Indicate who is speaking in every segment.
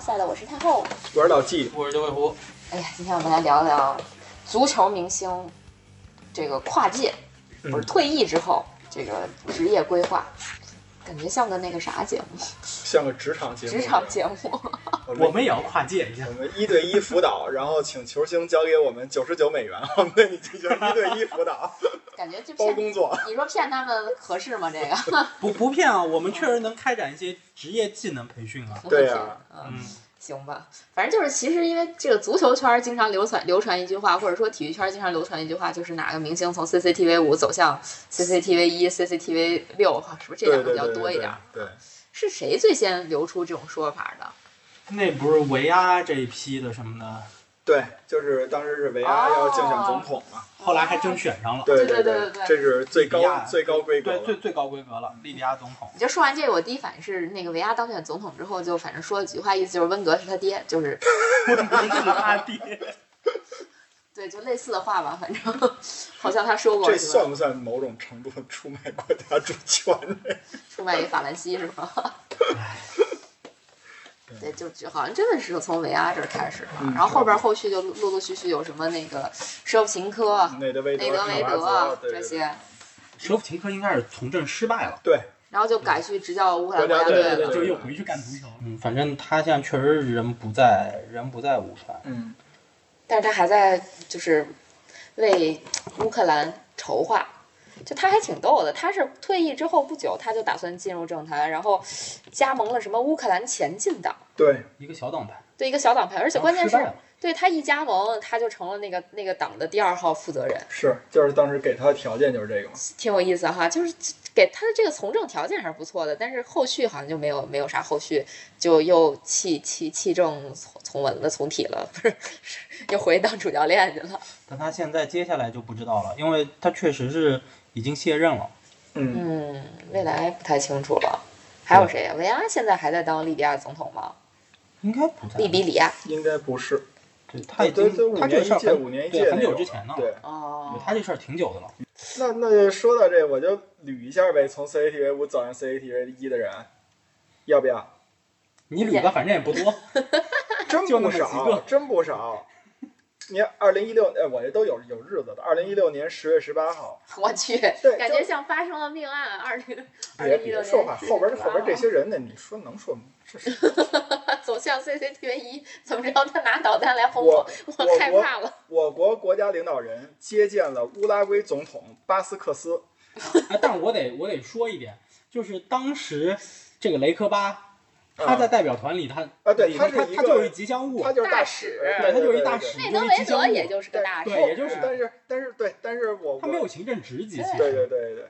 Speaker 1: 赛的我是太后。
Speaker 2: 玩老纪，
Speaker 3: 我是刘伟湖，
Speaker 1: 哎呀，今天我们来聊聊足球明星这个跨界，
Speaker 2: 嗯
Speaker 1: 不是退役之后这个职业规划，感觉像个那个啥节目，
Speaker 2: 像个职场节目，
Speaker 1: 职场节目。
Speaker 2: 我们
Speaker 4: 我们也要跨界一下
Speaker 2: 我。们一对一辅导，然后请球星交给我们九十九美元， 我们对你进行一对一辅 导，
Speaker 1: 感觉就
Speaker 2: 包
Speaker 1: 骗
Speaker 2: 工作。
Speaker 1: 你说骗他们合适吗？这个
Speaker 4: 不不骗啊，我们确实能开展一些职业技能培训啊。
Speaker 2: 对呀
Speaker 1: 嗯，
Speaker 4: 嗯，
Speaker 1: 行吧，反正就是其实因为这个足球圈儿经常流传流传一句话，或者说体育圈儿经常流传一句话，就是哪个明星从 CCTV 五走向 CCTV 一、CCTV 六，是不是这
Speaker 2: 对
Speaker 1: 两个
Speaker 2: 对对
Speaker 1: 比较
Speaker 2: 对
Speaker 1: 多一点儿？
Speaker 2: 对，对
Speaker 1: 是谁最先流出这种说法的？
Speaker 4: 那不是维阿这一批的什么的，
Speaker 2: 对，就是当时是维阿要竞选总统嘛，
Speaker 4: 后来还真选上了，
Speaker 2: 对
Speaker 1: 哦对对
Speaker 2: 对
Speaker 1: 对对
Speaker 2: 这是最
Speaker 4: 利比亚
Speaker 2: 高最高规格
Speaker 4: 对最
Speaker 2: 了。
Speaker 4: 最高规格了，利比亚总 统。
Speaker 1: 你就说完这个，我第一反应是那个维阿当选总统之后，就反正说了几句话，意思就是温格是他爹，就是
Speaker 4: 他爹，
Speaker 1: 对，就类似的话吧，反正 好像他说过
Speaker 2: 这
Speaker 1: 是吧
Speaker 2: 算不算某种程度的出卖国家主权？
Speaker 1: 出卖给法兰西是吗？对，就就好像真的是从维阿这儿开始的，
Speaker 2: 嗯
Speaker 1: 然后后边后续就陆陆陆续续有什么那个舍甫琴科、
Speaker 2: 内德维
Speaker 1: 内德维
Speaker 2: 嗯卡
Speaker 1: 德
Speaker 2: 瓦
Speaker 1: 啊
Speaker 2: 泽对
Speaker 1: 这
Speaker 2: 对对
Speaker 1: 些，
Speaker 4: 舍甫琴科应该是从政失败了，
Speaker 2: 对，
Speaker 1: 然后就改去执教乌克兰
Speaker 2: 国
Speaker 1: 国
Speaker 2: 家
Speaker 1: 家
Speaker 2: 队
Speaker 1: 队
Speaker 2: 对
Speaker 1: 了。
Speaker 2: 对
Speaker 4: 就又回去干足球了。嗯，反正他现在确实人不在，人不在武川。
Speaker 2: 嗯，
Speaker 1: 但是他还在就是为乌克兰筹划，就他还挺逗的。他是退役之后不久，他就打算进入政坛，然后加盟了什么乌克兰前进党，
Speaker 2: 对，
Speaker 4: 一个小党派，
Speaker 1: 对一个小党派，而
Speaker 4: 而
Speaker 2: 哦
Speaker 1: 且关键是对他一加盟，他就成了那个那个党的第二号负责人，
Speaker 2: 是，就是当时给他的条件就是这个嘛。
Speaker 1: 挺有意思哈。就是给他的这个从政条件还是不错的，但是后续好像就没有没有啥后续，就又弃弃弃政从从文了，从体了，不是，又回当主教练去了。
Speaker 4: 但他现在接下来就不知道了，因为他确实是已经卸任了。
Speaker 2: 嗯，
Speaker 1: 嗯，未来不太清楚了。还有谁呀？维阿现在还在当利比亚总统吗？
Speaker 4: 应该不在
Speaker 1: 利比里亚。
Speaker 2: 应该不是。
Speaker 4: 对他已
Speaker 2: 对对
Speaker 4: 经，
Speaker 2: 五
Speaker 4: 他这
Speaker 2: 年
Speaker 4: 事
Speaker 2: 一
Speaker 4: 儿
Speaker 2: 届，
Speaker 4: 很
Speaker 2: 五年一
Speaker 4: 对
Speaker 2: 届
Speaker 4: 很
Speaker 2: 那
Speaker 4: 久
Speaker 2: 种
Speaker 4: 之前呢
Speaker 2: 对，
Speaker 1: 哦
Speaker 4: 对，他这事儿挺久的了。
Speaker 2: 那那就说到这，我就捋一下呗，从 CCTV 五走向 CCTV 一的人，要不要？
Speaker 4: 你捋的反正也不多，
Speaker 2: 真
Speaker 4: 就那
Speaker 2: 不
Speaker 4: 么几
Speaker 2: 少
Speaker 4: 个，
Speaker 2: 真不少。你二零一六，哎，我这都有有日子的。二零一六年十月十八号，
Speaker 1: 我去，
Speaker 2: 对
Speaker 1: 感
Speaker 2: 就
Speaker 1: 觉像发生了命案。二零二
Speaker 2: 别
Speaker 1: 零一
Speaker 2: 别
Speaker 1: 六
Speaker 2: 说话，后边儿后边儿这
Speaker 1: 些
Speaker 2: 些人呢，你说能说吗？这是
Speaker 1: 走向 CCTV 一，怎么着？他拿导弹来轰
Speaker 2: 我
Speaker 1: 我，
Speaker 2: 我
Speaker 1: 害
Speaker 2: 我
Speaker 1: 怕了。
Speaker 2: 我国国家领导人接见了乌拉圭总统巴斯克斯，
Speaker 4: 哎，但是我得我得说一点，就是当时这个雷科巴，他在代表团里他
Speaker 2: 嗯啊对
Speaker 4: 里
Speaker 2: 他
Speaker 4: 头
Speaker 2: 是
Speaker 4: 他
Speaker 2: 一
Speaker 4: 他
Speaker 2: 个
Speaker 4: 就是吉祥物，
Speaker 2: 他就是
Speaker 1: 大
Speaker 2: 使
Speaker 1: 使，
Speaker 2: 对
Speaker 4: 对他就是一
Speaker 2: 对
Speaker 4: 大
Speaker 2: 对
Speaker 4: 使
Speaker 1: 内
Speaker 4: 就
Speaker 1: 德
Speaker 4: 是一
Speaker 1: 维
Speaker 4: 吉祥
Speaker 1: 德
Speaker 4: 物
Speaker 1: 也就是个大
Speaker 4: 对，
Speaker 1: 师，
Speaker 4: 也就是
Speaker 2: 但是但是对，但是我
Speaker 4: 他没有行政职级，
Speaker 2: 对对对对对。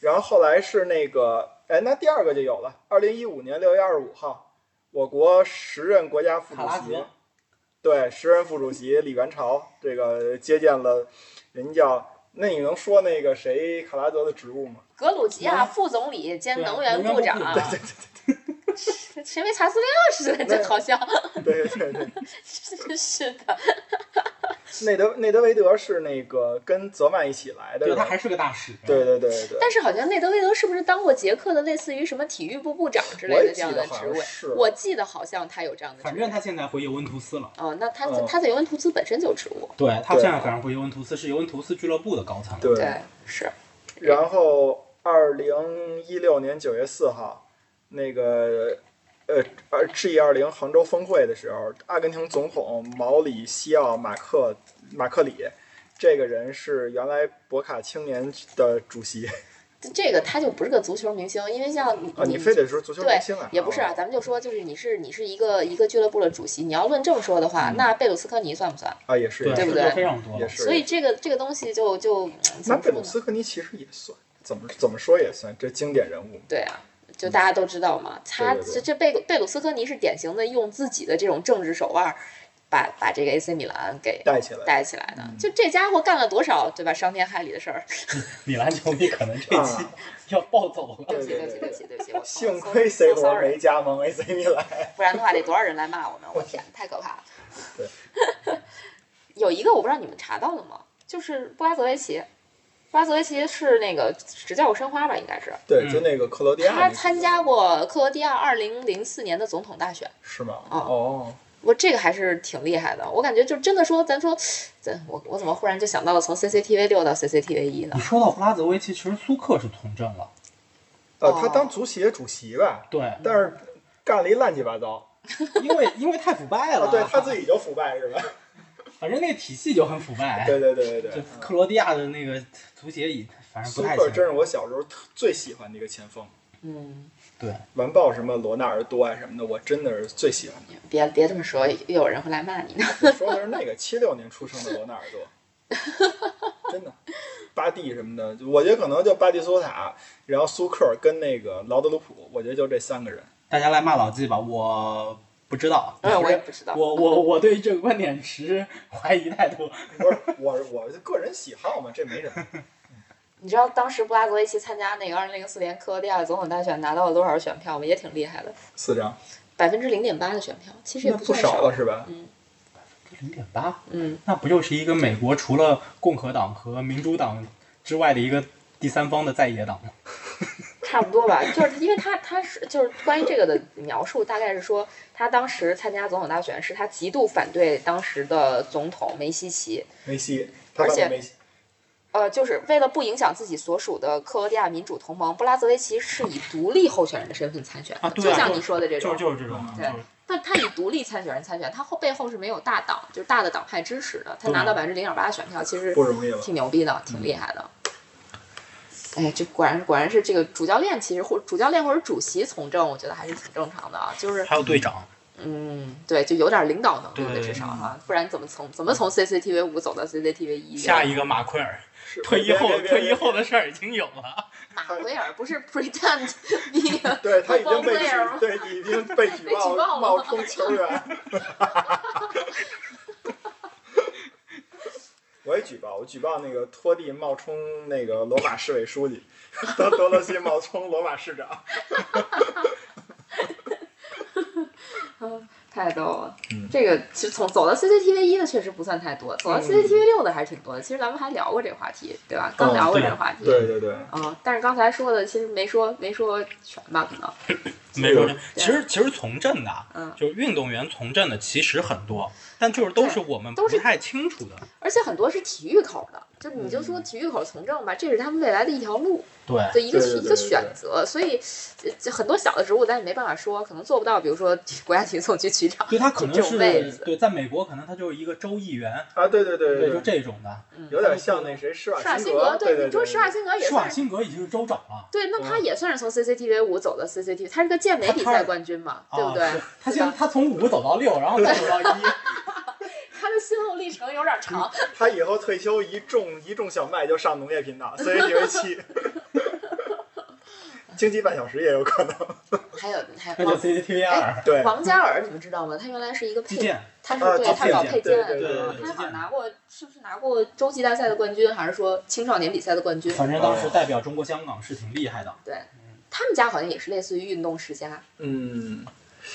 Speaker 2: 然后后来是那个，哎，那第二个就有了。二零一五年六月二十五号，我国时任国家副主
Speaker 4: 卡拉
Speaker 2: 席
Speaker 4: 格，
Speaker 2: 对，时任副主席李元朝这个接见了，人叫那你能说那个谁卡拉德的职务吗？
Speaker 1: 格鲁吉亚副总理兼
Speaker 4: 对
Speaker 2: 啊
Speaker 1: 能源
Speaker 4: 能源
Speaker 1: 部
Speaker 4: 部
Speaker 1: 长，
Speaker 4: 对对
Speaker 1: 谁没查资料似的，这好像
Speaker 2: 对对对，
Speaker 1: 真是的。
Speaker 2: 内德内德维德是那个跟泽曼一起来的
Speaker 4: 对
Speaker 2: 人，
Speaker 4: 他还是个大使，
Speaker 2: 对对对对对，
Speaker 1: 但是好像内德维德是不是当过捷克的类似于什么体育部部长之类
Speaker 2: 我也
Speaker 1: 的这样
Speaker 2: 记
Speaker 1: 的
Speaker 2: 得好
Speaker 1: 职
Speaker 2: 像
Speaker 1: 位？
Speaker 2: 是，
Speaker 1: 我记得好像他有这样的职位。
Speaker 4: 反正他现在回尤文图斯了。
Speaker 1: 哦，那他、
Speaker 2: 嗯
Speaker 1: 他在尤文图斯本身就有职务，
Speaker 4: 对他
Speaker 2: 对
Speaker 4: 现在反正回尤文图斯是尤文图斯俱乐部的高层，
Speaker 2: 对
Speaker 1: 对，是
Speaker 2: 然后，二零一六年九月四号，那个呃呃 G 二零杭州峰会的时候，阿根廷总统毛里西奥马克马克里，这个人是原来博卡青年的主席
Speaker 1: 这个他就不是个足球明星，因为像你,、
Speaker 2: 啊，你非得说足球明星啊？
Speaker 1: 嗯也不是啊，咱们就说就是你是你是一个一个俱乐部的主席，你要论这么说的
Speaker 2: 嗯
Speaker 1: 话，那贝鲁斯科尼算不算？
Speaker 2: 啊，也是
Speaker 4: 对
Speaker 2: 也
Speaker 1: 不
Speaker 2: 是
Speaker 1: 对
Speaker 4: 是非常多
Speaker 2: 也
Speaker 4: 了。
Speaker 2: 是，
Speaker 1: 所以这个这个东西就就怎
Speaker 2: 那
Speaker 1: 么
Speaker 2: 贝
Speaker 1: 说
Speaker 2: 鲁
Speaker 1: 呢？
Speaker 2: 斯科尼其实也算，怎么怎么说也算，这经典人物。
Speaker 1: 对啊。就大家都知道嘛，他
Speaker 2: 对对对
Speaker 1: 这这贝贝鲁斯科尼是典型的用自己的这种政治手腕，把把这个 AC 米兰给
Speaker 2: 带起来，嗯
Speaker 1: 带起来的。就这家伙干了多少，对吧？伤天害理的事儿。
Speaker 4: 米兰球迷可能这期要暴走了。
Speaker 1: 对不
Speaker 2: 对
Speaker 1: 起，
Speaker 2: 对
Speaker 1: 对不起，对不起，对不起，我
Speaker 2: 啊幸
Speaker 1: so-
Speaker 2: 亏
Speaker 1: so
Speaker 2: C 罗
Speaker 1: sorry
Speaker 2: 没加盟 AC 米兰。
Speaker 1: 不然的话得多少人来骂我们？我天，太可怕了。
Speaker 2: 对，
Speaker 1: 有一个我不知道你们查到了吗？就是布拉泽维奇，巴泽维奇是那个执教过申花吧，应该是
Speaker 2: 对，
Speaker 4: 嗯
Speaker 2: 就那个克罗地亚那
Speaker 1: 他
Speaker 2: 个，
Speaker 1: 参加过克罗地亚二零零四年的总统大选，
Speaker 2: 是吗？
Speaker 1: 啊
Speaker 2: 哦，
Speaker 1: 我这个还是挺厉害的。我感觉就真的说，咱说，咱我我怎么忽然就想到了从 CCTV 六到 CCTV 一呢
Speaker 4: 你？说到布拉泽维奇，其实苏克是从政了，
Speaker 2: 呃，
Speaker 1: 哦
Speaker 2: 他当足协主席吧，
Speaker 4: 对，
Speaker 2: 但是干了一乱七八糟
Speaker 4: 因为因为太腐败
Speaker 2: 啊
Speaker 4: 了，，
Speaker 2: 对他自己就腐败是吧？
Speaker 4: 反正那个体系就很腐败。
Speaker 2: 对对对对
Speaker 4: 就
Speaker 2: 对。
Speaker 4: 克罗地亚的那个足协也，反正
Speaker 2: 苏
Speaker 4: 不太
Speaker 2: 克
Speaker 4: 行。
Speaker 2: 真是我小时候特最喜欢的一个前锋，
Speaker 1: 嗯，
Speaker 4: 对，
Speaker 2: 完爆什么罗纳尔多啊什么的，我真的是最喜欢的。
Speaker 1: 别别这么说，又有人会来骂你呢。
Speaker 2: 我说的是那个七六年出生的罗纳尔多，真的，巴蒂什么的，我觉得可能就巴蒂苏塔，然后苏克跟那个劳德鲁普，我觉得就这三个人。
Speaker 4: 大家来骂老纪吧，我不知道。
Speaker 1: 嗯，我也不知道。
Speaker 4: 我我我对这个观点持怀疑态度。
Speaker 2: 不是我我个人喜好嘛，这没什么。
Speaker 1: 你知道当时布拉泽维奇参加那个二零零四年克罗地亚总统大选拿到了多少选票吗？也挺厉害的，
Speaker 2: 四张，
Speaker 1: 百分之零点八的选票，其实也
Speaker 2: 那
Speaker 1: 不
Speaker 2: 不
Speaker 1: 算
Speaker 2: 少了是吧？
Speaker 4: 零点八，
Speaker 1: 嗯，
Speaker 4: 那不就是一个美国除了共和党和民主党之外的一个第三方的在野党吗？
Speaker 1: 差不多吧。就是因为他他是就是关于这个的描述，大概是说他当时参加总统大选是他极度反对当时的总统梅西奇，
Speaker 2: 梅西，他
Speaker 1: 而
Speaker 2: 当
Speaker 1: 且
Speaker 2: 梅西，
Speaker 1: 呃，就是为了不影响自己所属的克罗地亚民主同盟，布拉泽维奇是以独立候选人的身份参选的，
Speaker 4: 啊对
Speaker 1: 就
Speaker 4: 啊
Speaker 1: 像
Speaker 4: 就
Speaker 1: 你说的这种。
Speaker 4: 就是这种，
Speaker 1: 对但他以独立参选人参选，他后背后是没有大党，就是大的党派支持的。他拿到百分之零点八的选票，其实
Speaker 2: 不容易了嗯
Speaker 1: 挺牛逼的，挺厉害的。哎，这果然果然是这个主教练，其实或主教练或者主席从政，我觉得还是挺正常的啊。就是
Speaker 4: 还有队长，
Speaker 1: 嗯，对，就有点领导能力的
Speaker 4: 对
Speaker 1: 至少
Speaker 2: 嗯
Speaker 1: 哈，不然怎么从怎么从 CCTV 五走到 CCTV 一？啊
Speaker 4: 下一个马奎尔，
Speaker 2: 是
Speaker 4: 退役后
Speaker 2: 别别别
Speaker 4: 退役后的事儿已经有了，
Speaker 1: 马奎尔不是 pretend 那个
Speaker 2: 对他已经被
Speaker 1: Football player 吗
Speaker 2: 举，对已经被举
Speaker 1: 被举报
Speaker 2: 报
Speaker 1: 了
Speaker 2: 冒充球员。 我也举报，我举报那个托蒂冒充那个罗马市委书记，德德罗西冒充罗马市长。
Speaker 1: 太逗了。
Speaker 2: 嗯
Speaker 1: 这个其实从走到 CCTV 一的确实不算太多，走到 CCTV 六的还是挺多的。其实咱们还聊过这个话题，对吧？刚聊过这个话题。
Speaker 2: 哦对对对，
Speaker 1: 嗯，但是刚才说的其实没说没说全吧，可能。
Speaker 4: 没说这。其实其实从政的啊，
Speaker 1: 嗯
Speaker 4: 就是运动员从政的其实很多，但就是都是我们
Speaker 1: 都
Speaker 4: 不
Speaker 1: 是
Speaker 4: 太清楚的。
Speaker 1: 而且很多是体育口的，就你就
Speaker 2: 嗯
Speaker 1: 说体育口从政吧，这是他们未来的一条路，
Speaker 4: 对，
Speaker 1: 对一个
Speaker 2: 对对对
Speaker 1: 一个选择。所以，呃就很多小的职务咱也没办法说，可能做不到，比如 说国家体育总局局长。
Speaker 4: 对他可
Speaker 1: 这
Speaker 4: 能
Speaker 1: 种
Speaker 4: 是
Speaker 1: 位子
Speaker 4: 对，在美国可能他就是一个州议员，
Speaker 2: 啊对对对对，
Speaker 4: 就这种的。
Speaker 2: 有点像那谁施
Speaker 1: 施瓦
Speaker 2: 瓦
Speaker 1: 辛
Speaker 2: 格，
Speaker 1: 格，
Speaker 2: 对嗯
Speaker 1: 你说施瓦辛格也
Speaker 4: 施瓦
Speaker 1: 算是。
Speaker 4: 辛格已经是州长了，
Speaker 1: 对，那他也算是从 CCTV 五走到 CCTV，他是个健美比赛冠军嘛，
Speaker 2: 哦
Speaker 1: 对不对？
Speaker 4: 啊、是他先他从五走到六，然后再走 到一，
Speaker 1: 他的心路历程有点长，
Speaker 2: 他以后退休一种一种小麦就上农业频道 CCTV 七， 经济半小时也有可能。
Speaker 1: 还有还
Speaker 4: 那
Speaker 1: 有
Speaker 4: 就
Speaker 1: 王
Speaker 4: CCTV 二。
Speaker 2: 对，
Speaker 1: 王嘉尔，你们知道吗？他原来是一个
Speaker 4: 击
Speaker 1: 配，
Speaker 4: 剑，
Speaker 1: 他是
Speaker 2: 啊
Speaker 1: 对
Speaker 2: 击
Speaker 1: 他搞
Speaker 4: 剑
Speaker 1: 配
Speaker 2: 对
Speaker 1: 件啊
Speaker 2: 对
Speaker 1: 的
Speaker 4: 对，对
Speaker 1: 他好
Speaker 4: 击
Speaker 1: 像
Speaker 4: 剑
Speaker 1: 拿过是不是拿过洲际大赛的冠军，还是说青少年比赛的冠军？
Speaker 4: 反正当时代表中国香港是挺厉害的。
Speaker 1: 他们家好像也是类似于运动世家，
Speaker 2: 嗯，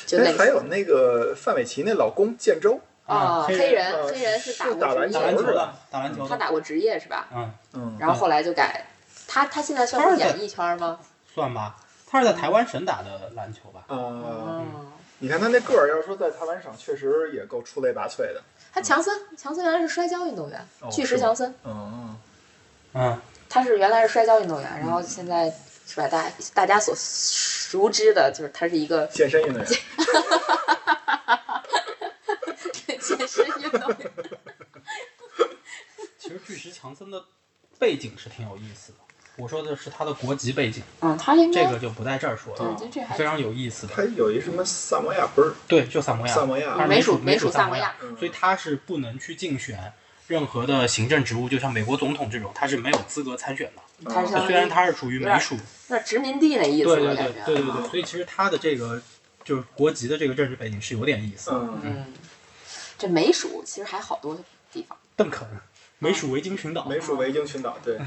Speaker 1: 就
Speaker 2: 哎
Speaker 1: 类
Speaker 2: 还
Speaker 1: 似
Speaker 2: 有那个范玮琪那老公建州，
Speaker 1: 啊，黑
Speaker 4: 人
Speaker 1: 人
Speaker 2: 呃
Speaker 1: 黑人是
Speaker 2: 是
Speaker 1: 打过
Speaker 2: 打
Speaker 1: 职
Speaker 2: 篮
Speaker 4: 打
Speaker 1: 业
Speaker 4: 篮
Speaker 1: 的，
Speaker 4: 球的，打篮球
Speaker 1: 嗯他
Speaker 4: 的，
Speaker 1: 打过职业是吧？
Speaker 4: 嗯，
Speaker 2: 嗯，
Speaker 1: 然后后来就改，他他现在算
Speaker 4: 他
Speaker 1: 是
Speaker 4: 是在
Speaker 1: 演艺圈吗？
Speaker 4: 算吧，他是在台湾省打的篮球吧？
Speaker 2: 啊，
Speaker 1: 哦，
Speaker 2: 你看他那个儿，要是说在台湾省，确实也够出类拔萃的。
Speaker 1: 他强森，强森原来是摔跤运动员，
Speaker 2: 哦
Speaker 1: 巨
Speaker 2: 是
Speaker 1: 石
Speaker 2: 吗
Speaker 1: 强森，
Speaker 2: 嗯，
Speaker 4: 嗯，
Speaker 1: 他是原来是摔跤运动员，然后现在是吧？大大家所熟知的就是他是一个
Speaker 2: 健身运动员，
Speaker 1: 健身运动员。
Speaker 4: 其实巨石强森的背景是挺有意思的。我说的是他的国籍背景，
Speaker 1: 嗯，他应
Speaker 4: 这
Speaker 1: 该
Speaker 4: 个就不在这儿说
Speaker 1: 对
Speaker 4: 了，嗯
Speaker 1: 就这还
Speaker 4: 非常有意思的。
Speaker 2: 他有一什么萨摩亚不是
Speaker 4: 对，就萨摩亚，
Speaker 2: 萨摩亚
Speaker 4: 他是
Speaker 1: 美
Speaker 4: 属
Speaker 1: 属美
Speaker 4: 属
Speaker 1: 属
Speaker 4: 萨
Speaker 1: 萨
Speaker 4: 摩
Speaker 1: 摩亚，
Speaker 2: 嗯
Speaker 4: 所以他是不能去竞选任何的行政职务，就像美国总统这种，他是没有资格参选的。
Speaker 1: 他是相当于
Speaker 4: 嗯虽然他是属于美属，
Speaker 1: 那殖民地那意
Speaker 4: 对
Speaker 1: 思，
Speaker 4: 对
Speaker 1: 我
Speaker 4: 对
Speaker 1: 感觉。啊
Speaker 4: 对对对，所以其实他的这个就是国籍的这个政治背景是有点意思的。
Speaker 2: 嗯，
Speaker 1: 嗯，这美属其实还好多地方，
Speaker 4: 邓肯，美
Speaker 1: 嗯
Speaker 4: 属维京群岛，
Speaker 2: 美属维京群岛，对，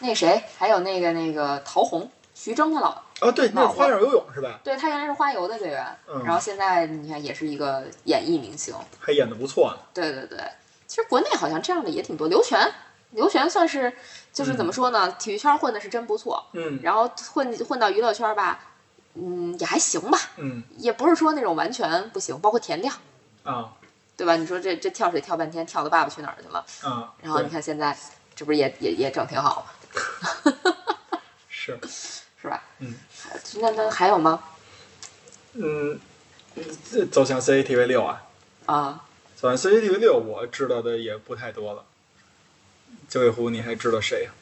Speaker 1: 那谁还有那个那个陶虹，徐峥他老，
Speaker 2: 啊，对，那是花样游泳是吧？
Speaker 1: 对他原来是花游的队员，
Speaker 2: 嗯
Speaker 1: 然后现在你看也是一个演艺明星。
Speaker 2: 还演的不错呢。
Speaker 1: 对对对，其实国内好像这样的也挺多，刘璇刘璇算是就是怎么说呢，体育圈混的是真不错，
Speaker 2: 嗯
Speaker 1: 然后混混到娱乐圈吧，嗯，也还行吧，
Speaker 2: 嗯
Speaker 1: 也不是说那种完全不行，包括田亮，
Speaker 2: 啊
Speaker 1: 对吧？你说这这跳水跳半天，跳到爸爸去哪儿去了？
Speaker 2: 啊，
Speaker 1: 然后你
Speaker 2: 对
Speaker 1: 看现在，这不是也也也整挺好吗？
Speaker 2: 是
Speaker 1: 是吧？
Speaker 2: 嗯
Speaker 1: 还，那那还有吗？
Speaker 2: 嗯，这走向 CCTV 六啊，
Speaker 1: 啊，
Speaker 2: 走向 CCTV 六，我知道的也不太多了。九尾狐，你还知道谁啊呀、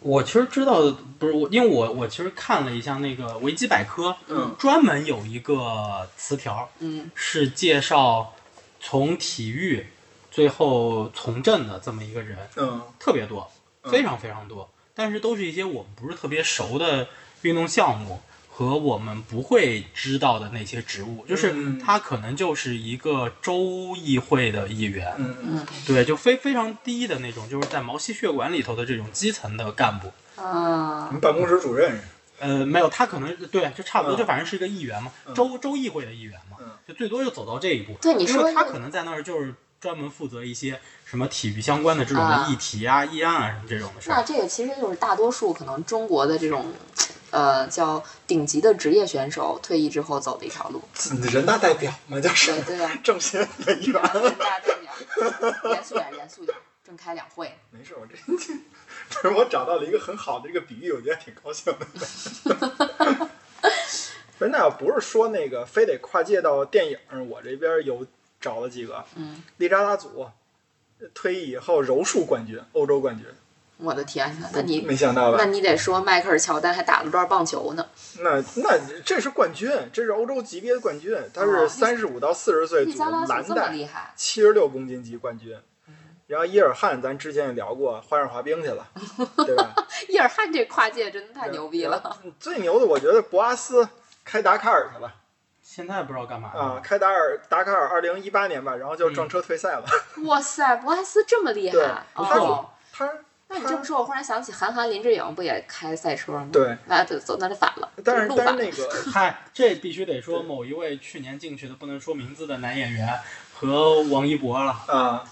Speaker 4: 我其实知道的不是我，因为我我其实看了一下那个维基百科，
Speaker 2: 嗯
Speaker 4: 专门有一个词条
Speaker 1: 嗯
Speaker 4: 是介绍从体育最后从政的这么一个人，
Speaker 2: 嗯
Speaker 4: 特别多，
Speaker 2: 嗯
Speaker 4: 非常非常多，但是都是一些我们不是特别熟的运动项目和我们不会知道的那些职务，就是
Speaker 2: 嗯
Speaker 4: 他可能就是一个州议会的议员，
Speaker 2: 嗯嗯
Speaker 4: 对，就非非常低的那种，就是在毛细血管里头的这种基层的干部。
Speaker 2: 你
Speaker 1: 啊
Speaker 2: 嗯们办公室主任
Speaker 4: 呃，没有，他可能对，就差不多，
Speaker 2: 嗯
Speaker 4: 就反正是一个议员嘛，
Speaker 2: 嗯
Speaker 4: 州州议会的议员嘛
Speaker 2: 嗯，
Speaker 4: 就最多就走到这一步。
Speaker 1: 对你
Speaker 4: 因
Speaker 1: 说
Speaker 4: 为他
Speaker 1: 这个
Speaker 4: 可能在那儿就是专门负责一些什么体育相关的这种的
Speaker 1: 啊
Speaker 4: 议题啊、议案啊什么这种的事
Speaker 1: 那
Speaker 4: 儿。
Speaker 1: 这个其实就是大多数可能中国的这种，呃，叫顶级的职业选手退役之后走的一条路，
Speaker 2: 是人大代表嘛，就是
Speaker 1: 对对啊吧？
Speaker 2: 政协委员。
Speaker 1: 人 大代表，严肃点，严肃点，正开两会。
Speaker 2: 没事，我这这是我找到了一个很好的一个比喻，我觉得挺高兴的。 不是，那不是说那个非得跨界到电影，我这边有找了几个，
Speaker 1: 嗯，
Speaker 2: 利扎达祖退役以后柔术冠军，欧洲冠军，
Speaker 1: 我的天哪，那你
Speaker 2: 没想到
Speaker 1: 那
Speaker 2: 吧？
Speaker 1: 你得说迈克尔乔丹还打了段棒球呢，
Speaker 2: 那那这是冠军，这是欧洲级别的冠军，他是
Speaker 1: 哦
Speaker 2: 三十五到四十岁
Speaker 1: 利
Speaker 2: 组
Speaker 1: 加拉
Speaker 2: 蓝
Speaker 1: 祖这么
Speaker 2: 带，
Speaker 1: 厉害，
Speaker 2: 七十六公斤级冠军。
Speaker 1: 嗯
Speaker 2: 然后伊尔汗，咱之前也聊过，花样滑冰去 了，对吧？
Speaker 1: 伊尔汗这跨界真的太牛逼了。
Speaker 2: 最牛的，我觉得博阿斯开达喀尔去了
Speaker 4: 现在不知道干嘛呢
Speaker 1: 嗯
Speaker 2: 啊，，开达尔达喀尔二零一八年吧，然后
Speaker 4: 嗯
Speaker 2: 就撞车退赛了。
Speaker 1: 哇塞，博阿斯这么厉
Speaker 2: 对
Speaker 1: 害
Speaker 2: 他就
Speaker 1: 哦！
Speaker 2: 他
Speaker 1: 那你这么说，我忽然想起韩寒、林志颖不也开赛车吗？，
Speaker 2: 对，
Speaker 1: 那就走那就反了，
Speaker 2: 但是
Speaker 1: 就路
Speaker 2: 但是
Speaker 1: 反
Speaker 2: 那个
Speaker 4: 嗨，这必须得说
Speaker 2: 对
Speaker 4: 某一位去年进去的不能说名字的男演员和王一博了。
Speaker 2: 啊，呃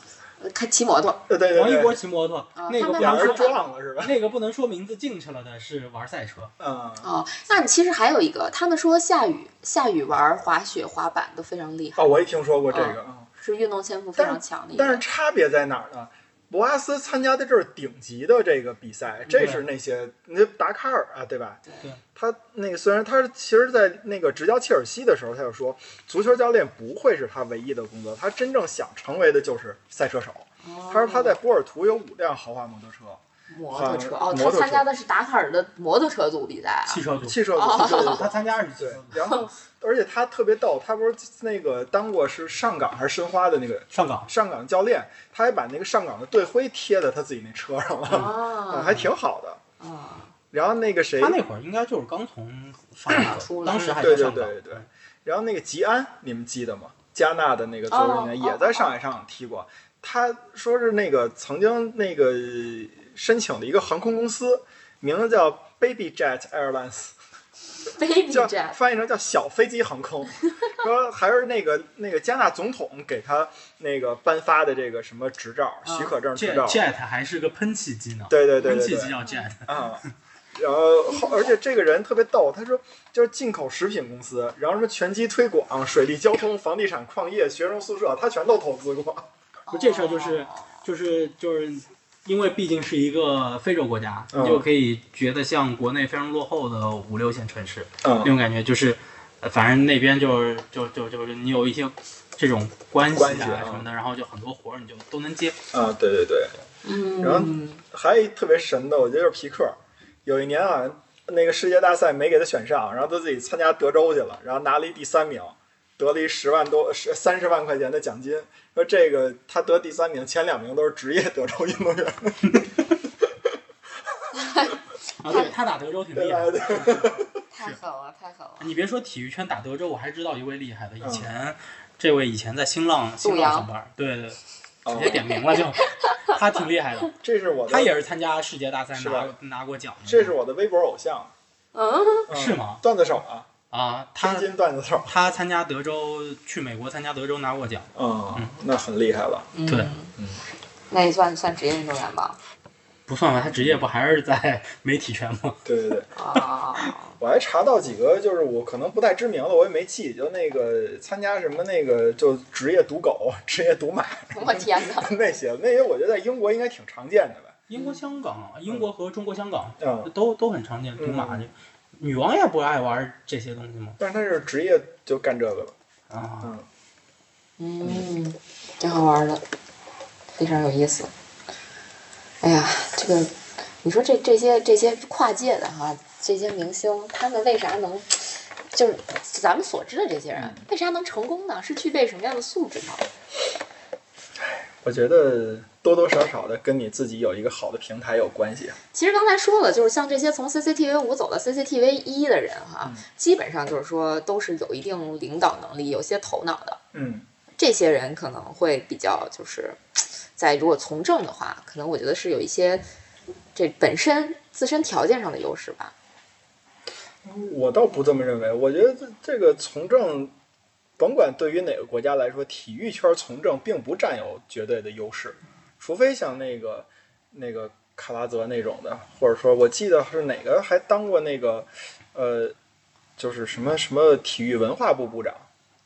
Speaker 1: 了，开骑摩托，
Speaker 2: 对对
Speaker 4: 王一
Speaker 2: 对
Speaker 4: 博
Speaker 2: 对，
Speaker 4: 骑摩托
Speaker 1: 啊，
Speaker 4: 那个
Speaker 1: 他
Speaker 4: 不
Speaker 1: 们
Speaker 2: 俩
Speaker 4: 能
Speaker 1: 俩
Speaker 4: 说
Speaker 2: 人撞了是吧？
Speaker 4: 那个不能说名字进去了的是玩赛车，
Speaker 2: 啊，
Speaker 1: 哦，那其实还有一个，他们说夏雨夏雨玩滑雪、滑板都非常厉害，
Speaker 2: 哦，我也听说过这个啊，
Speaker 1: 是运动天赋非常强的一个
Speaker 2: 但是
Speaker 1: 人。
Speaker 2: 差别在哪儿呢？博阿斯参加的这是顶级的这个比
Speaker 1: 嗯
Speaker 2: 赛，这是那些那达喀尔啊，对吧？
Speaker 4: 对
Speaker 2: 他那个虽然他其实，在那个执教切尔西的时候，他就说，足球教练不会是他唯一的工作，他真正想成为的就是赛车手。他说他在波尔图有五辆豪华摩托
Speaker 4: 哦
Speaker 2: 车、
Speaker 1: 摩托车哦，他
Speaker 2: 摩托
Speaker 1: 参加
Speaker 2: 车
Speaker 1: 的是达喀尔的摩托车组比赛啊。
Speaker 4: 汽车组，
Speaker 2: 汽车组，对对
Speaker 4: 他
Speaker 2: 对
Speaker 4: 参加二十几
Speaker 2: 对。然后，而且他特别逗，他不是那个当过是上港还是申花的那个
Speaker 4: 上岗，
Speaker 2: 上港教练，他还把那个上港的队徽贴在他自己那车上了，啊
Speaker 1: 啊
Speaker 2: 还挺好的。
Speaker 1: 啊，
Speaker 2: 然后那个谁
Speaker 4: 他，那会儿应该就是刚从上岗
Speaker 1: 出来
Speaker 4: 当时还
Speaker 2: 对
Speaker 4: 在
Speaker 2: 对
Speaker 4: 上岗。
Speaker 2: 对对对然后那个吉安，你们记得吗？加纳的那个足球运动员
Speaker 1: 哦哦
Speaker 2: 也在上海上港踢过。他说是那个曾经那个申请了一个航空公司，名字叫 Baby Jet Airlines，
Speaker 1: ，Baby
Speaker 2: 叫
Speaker 1: Jet
Speaker 2: 翻译成叫小飞机航 空。说还是那个那个加纳总统给他那个颁发的这个什么执照、
Speaker 1: 嗯
Speaker 2: 许可证执
Speaker 4: Jet
Speaker 2: 照。
Speaker 4: Jet 还是个喷气机呢，
Speaker 2: 对对对对
Speaker 4: 喷气
Speaker 2: 对
Speaker 4: 机。叫 Jet，
Speaker 2: 啊。 然后后，而且这个人特别逗，他说就是进口食品公司，然后什么拳击推广、水利交通、房地产、矿业、学生宿舍，他全都投资过。
Speaker 4: 不这事儿就是就是就是。因为毕竟是一个非洲国家，
Speaker 2: 嗯
Speaker 4: 你就可以觉得像国内非常落后的五六线城市，那
Speaker 2: 嗯，
Speaker 4: 种感觉就是，呃反正那边就是就就就是你有一些这种关系
Speaker 2: 关
Speaker 4: 啊
Speaker 2: 系啊
Speaker 4: 什么的，然后就很多活儿你就都能接。
Speaker 2: 啊，对对对，然
Speaker 1: 嗯
Speaker 2: 后，还有一特别神的，我觉得就是皮克，有一年啊，那个世界大赛没给他选上，然后他自己参加德州去了，然后拿了一第三名，得了一十万多十三十万块钱的奖金。说这个他得第三名，前两名都是职业德州运动员。
Speaker 4: 啊，对他打德州挺
Speaker 2: 对
Speaker 4: 厉害
Speaker 2: 吧？
Speaker 4: 的。
Speaker 2: 对
Speaker 1: 太狠了，太狠了。
Speaker 4: 你别说体育圈打德州，我还知道一位厉害的，
Speaker 2: 嗯
Speaker 4: 以前、这位以前在新浪
Speaker 1: 杜
Speaker 4: 新
Speaker 1: 洋
Speaker 4: 浪上班，对对，直
Speaker 2: 哦
Speaker 4: 接点名 了就，他挺厉害的，
Speaker 2: 这是我的，
Speaker 4: 他也是参加世界大赛
Speaker 2: 是吧
Speaker 4: 拿拿过奖的，
Speaker 2: 这是我的微博偶像。
Speaker 1: 嗯，
Speaker 2: 嗯
Speaker 4: 是吗？
Speaker 2: 段子手啊，
Speaker 4: 啊，
Speaker 2: 天
Speaker 4: 他
Speaker 2: 津段子手。
Speaker 4: 他参加
Speaker 2: 嗯
Speaker 4: 德州去美国参加德州拿过奖，
Speaker 2: 嗯，那很厉害了。
Speaker 4: 对，
Speaker 1: 那也算算职业运动员吧？
Speaker 4: 不算吧，他职业不还是在媒体圈吗？
Speaker 2: 对对对，
Speaker 1: 啊，
Speaker 2: 我还查到几个，就是我可能不太知名的，我也没记，就那个参加什么那个就职业赌狗、 职业赌马
Speaker 1: 我天哪！
Speaker 2: 那些，那些我觉得在英国应该挺常见的吧。
Speaker 4: 英国、香港，英国和中国香港
Speaker 2: 嗯，
Speaker 4: 都都很常见，赌马这，女王也不爱玩这些东西吗？
Speaker 2: 但是他是职业就干这个了。
Speaker 4: 啊，
Speaker 2: 嗯，
Speaker 1: 嗯，挺好玩的，非常有意思。哎呀，这个，你说这这些这些跨界的哈、这些明星，他们为啥能，就是咱们所知的这些人，为啥能成功呢？是具备什么样的素质呢？
Speaker 2: 我觉得多多少少的跟你自己有一个好的平台有关系。啊
Speaker 1: 其实刚才说了，就是像这些从 CCTV 五走到 CCTV 一的人哈、
Speaker 2: 嗯
Speaker 1: 基本上就是说都是有一定领导能力、有些头脑的。
Speaker 2: 嗯，
Speaker 1: 这些人可能会比较就是，在如果从政的话，可能我觉得是有一些这本身自身条件上的优势吧。
Speaker 2: 我倒不这么认为，我觉得这这个从政。甭管对于哪个国家来说，体育圈从政并不占有绝对的优势，除非像那个那个卡拉泽那种的，或者说我记得是哪个还当过那个呃，就是什么什么体育文化部部长，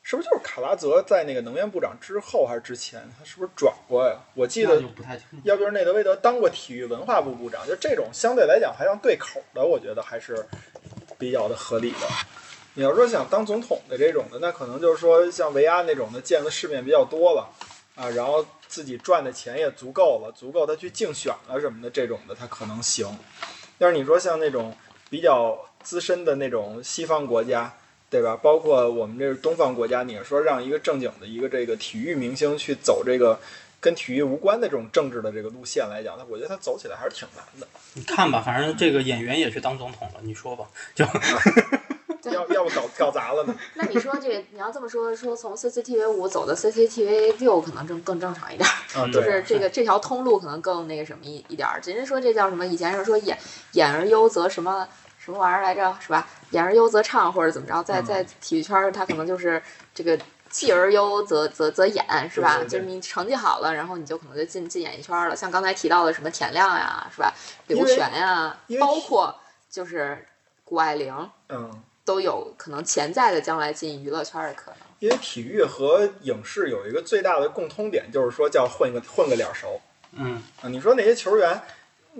Speaker 2: 是不是就是卡拉泽在那个能源部长之后还是之前，他是不是转过呀？我记
Speaker 4: 那
Speaker 2: 得
Speaker 4: 就不太清楚。
Speaker 2: 要不就是内德维德当过体育文化部部长，就这种相对来讲还算对口的，我觉得还是比较的合理的。你要说想当总统的这种的，那可能就是说像维安那种的见的世面比较多了啊，然后自己赚的钱也足够了，足够他去竞选了什么的这种的，他可能行。但是你说像那种比较资深的那种西方国家，对吧？包括我们这是东方国家，你说让一个正经的一个这个体育明星去走这个跟体育无关的这种政治的这个路线来讲，那我觉得他走起来还是挺难的。
Speaker 4: 你看吧，反正这个演员也去当总统了，你说吧。
Speaker 1: 对
Speaker 2: 要要不搞搞砸了呢？
Speaker 1: 那你说这个，你要这么说，说从 CCTV 五走到 CCTV 六，可能正更正常一点儿，
Speaker 2: 啊，
Speaker 1: 就
Speaker 2: 对
Speaker 1: 是这个这条通路可能更那个什么一一点儿。人家说这叫什么？以前是说演演而优则什么什么玩意儿来着，是吧？演而优则唱或者怎么着，在
Speaker 2: 嗯
Speaker 1: 在体育圈儿，他可能就是这个。继而优则则则演是吧？
Speaker 2: 对对对
Speaker 1: 就是你成绩好了，然后你就可能就进进演艺圈儿了。像刚才提到的什么田亮呀，是吧？
Speaker 2: 因
Speaker 1: 刘
Speaker 2: 为
Speaker 1: 璇呀
Speaker 2: 因，为
Speaker 1: 包括就是谷爱凌，
Speaker 2: 嗯，
Speaker 1: 都有可能潜在的将来进娱乐圈儿的可能。
Speaker 2: 因为体育和影视有一个最大的共通点，就是说叫混个混个脸熟
Speaker 4: 嗯，
Speaker 2: 啊。你说那些球员，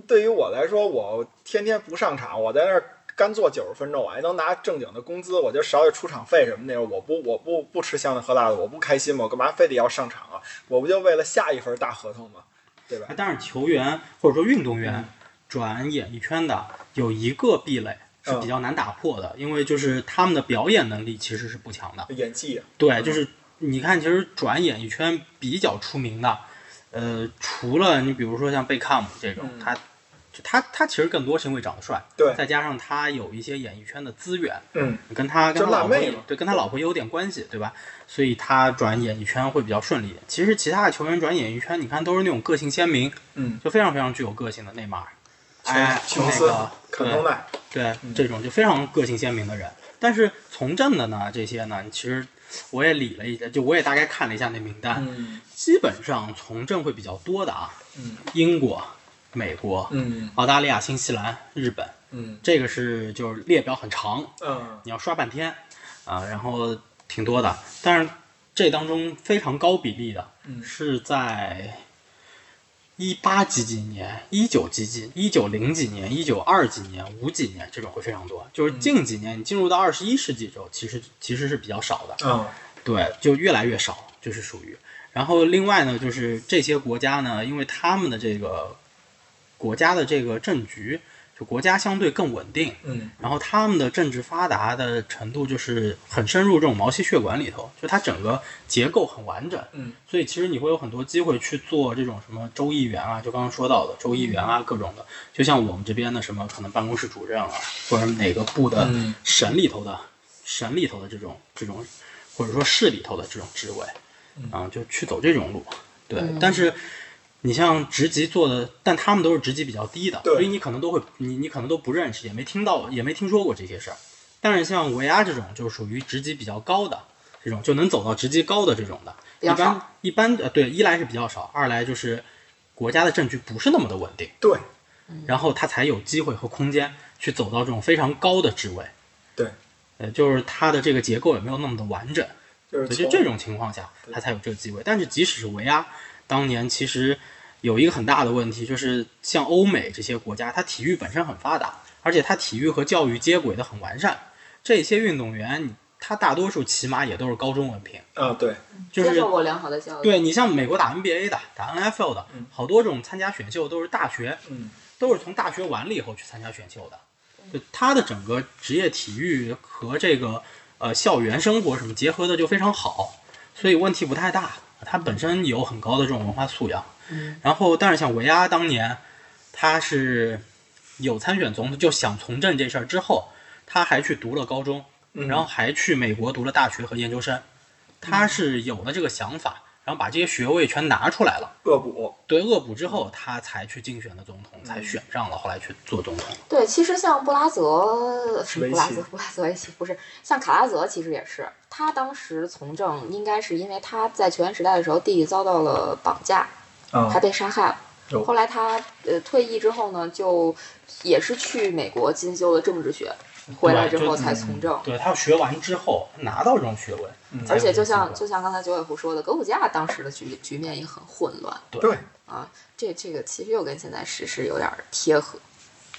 Speaker 2: 对于我来说，我天天不上场，我在那儿干坐九十分钟，我还能拿正经的工资，我就少点出场费什么那种。我不我不不吃香的喝辣的，我不开心吗？我干嘛非得要上场啊？我不就为了下一份大合同吗？对吧？
Speaker 4: 但是球员或者说运动员
Speaker 2: 嗯
Speaker 4: 转演艺圈的有一个壁垒是
Speaker 2: 嗯
Speaker 4: 比较难打破的，因为就是他们的表演能力其实是不强的。
Speaker 2: 演技，啊
Speaker 4: 对，就是你看，其实转演艺圈比较出名的，呃，除了你比如说像贝克汉姆这种，
Speaker 2: 嗯
Speaker 4: 他就他他其实更多是因为长得帅，
Speaker 2: 对
Speaker 4: 再加上他有一些演艺圈的资源，
Speaker 2: 嗯，
Speaker 4: 跟他跟
Speaker 2: 就
Speaker 4: 他老
Speaker 2: 辣
Speaker 4: 婆
Speaker 2: 妹
Speaker 4: 也
Speaker 2: 嘛
Speaker 4: 对，跟他老婆也有点关系，对吧？所以他转演艺圈会比较顺利。其实其他的球员转演艺圈，你看都是那种个性鲜明，
Speaker 2: 嗯，
Speaker 4: 就非常非常具有个性的内马尔，
Speaker 2: 琼
Speaker 4: 哎，
Speaker 2: 琼
Speaker 4: 那
Speaker 2: 斯
Speaker 4: 个
Speaker 2: 肯通奈，
Speaker 4: 对，
Speaker 2: 嗯
Speaker 4: 这种就非常个性鲜明的人。但是从政的呢，这些呢，其实我也理了一下，就我也大概看了一下那名单，
Speaker 2: 嗯
Speaker 4: 基本上从政会比较多的啊，
Speaker 2: 嗯
Speaker 4: 英国、美国、
Speaker 2: 嗯
Speaker 4: 澳大利亚、新西兰、日本，
Speaker 2: 嗯
Speaker 4: 这个是就是列表很长，
Speaker 2: 嗯
Speaker 4: 你要刷半天啊、然后挺多的。但是这当中非常高比例的
Speaker 2: 嗯
Speaker 4: 是在。一八几几年、一九几几、一九零几年、一九二几年、五几年这种会非常多，就是近几年你进入到二十一世纪之后，其实其实是比较少的，
Speaker 2: 啊
Speaker 4: 对，就越来越少，就是属于。然后另外呢，就是这些国家呢，因为他们的这个国家的这个政局，就国家相对更稳定，
Speaker 2: 嗯
Speaker 4: 然后他们的政治发达的程度就是很深入这种毛细血管里头，就它整个结构很完整，
Speaker 2: 嗯
Speaker 4: 所以其实你会有很多机会去做这种什么州议员啊，就刚刚说到的州议员
Speaker 2: 嗯
Speaker 4: 啊，各种的，就像我们这边的什么可能办公室主任啊，或者哪个部的
Speaker 2: 嗯
Speaker 4: 省里头的、省里头的这种这种，或者说市里头的这种职位，啊，就去走这种路，对，
Speaker 1: 嗯
Speaker 4: 但是。你像职级做的，但他们都是职级比较低的，
Speaker 2: 对
Speaker 4: 所以你可能都会，你你可能都不认识，也没听到，也没听说过这些事儿。但是像维阿这种，就属于职级比较高的这种，就能走到职级高的这种的，
Speaker 1: 比
Speaker 4: 一
Speaker 1: 较少
Speaker 4: 般一般呃对，一来是比较少，二来就是国家的政局不是那么的稳定，
Speaker 2: 对
Speaker 1: 嗯
Speaker 4: 然后他才有机会和空间去走到这种非常高的职位。
Speaker 2: 对，
Speaker 4: 呃，就是他的这个结构也没有那么的完整，
Speaker 2: 就是
Speaker 4: 所以
Speaker 2: 从
Speaker 4: 就这种情况下，
Speaker 2: 对
Speaker 4: 他才有这个机会。但是即使是维阿当年其实有一个很大的问题，就是像欧美这些国家，它体育本身很发达，而且它体育和教育接轨的很完善，这些运动员他大多数起码也都是高中文凭，
Speaker 2: 啊，对
Speaker 4: 就
Speaker 1: 接
Speaker 4: 是
Speaker 1: 受过良好的教育。
Speaker 4: 对你像美国打 NBA 的、打 NFL 的
Speaker 2: 嗯，
Speaker 4: 好多这种参加选秀都是大学，
Speaker 2: 嗯，
Speaker 4: 都是从大学完了以后去参加选秀的。就他的整个职业体育和这个呃校园生活什么结合的就非常好，所以问题不太大。他本身有很高的这种文化素养，
Speaker 1: 嗯，
Speaker 4: 然后但是像维阿当年，他是有参选总统，就想从政这事儿之后，他还去读了高中，
Speaker 2: 嗯
Speaker 4: 然后还去美国读了大学和研究生，他是有了这个想法，然后把这些学位全拿出来了，
Speaker 2: 恶补，
Speaker 4: 对恶补之
Speaker 1: 嗯
Speaker 4: 后，他才去竞选的总统，才选上了，后来去做总统。
Speaker 1: 对，其实像布拉泽，什么布拉
Speaker 2: 维
Speaker 1: 泽
Speaker 2: 奇，
Speaker 1: 布拉泽维奇不是，像卡拉泽其实也是，他当时从政应该是因为他在球员时代的时候，弟弟遭到了绑架，
Speaker 4: 嗯
Speaker 2: 啊
Speaker 1: 还被杀害了。
Speaker 2: 有
Speaker 1: 后来他呃退役之后呢，就也是去美国进修了政治学，回来之
Speaker 4: 对就
Speaker 1: 后才从政。
Speaker 4: 对他学完之后拿到这种学位，
Speaker 2: 嗯
Speaker 4: 才
Speaker 1: 而
Speaker 4: 有
Speaker 1: 且就
Speaker 4: 这个
Speaker 1: 像
Speaker 4: 机
Speaker 1: 就像刚才九尾狐说的，格鲁吉亚当时的局局面也很混乱
Speaker 2: 对，
Speaker 1: 啊，这这个其实又跟现在时事有点儿贴合。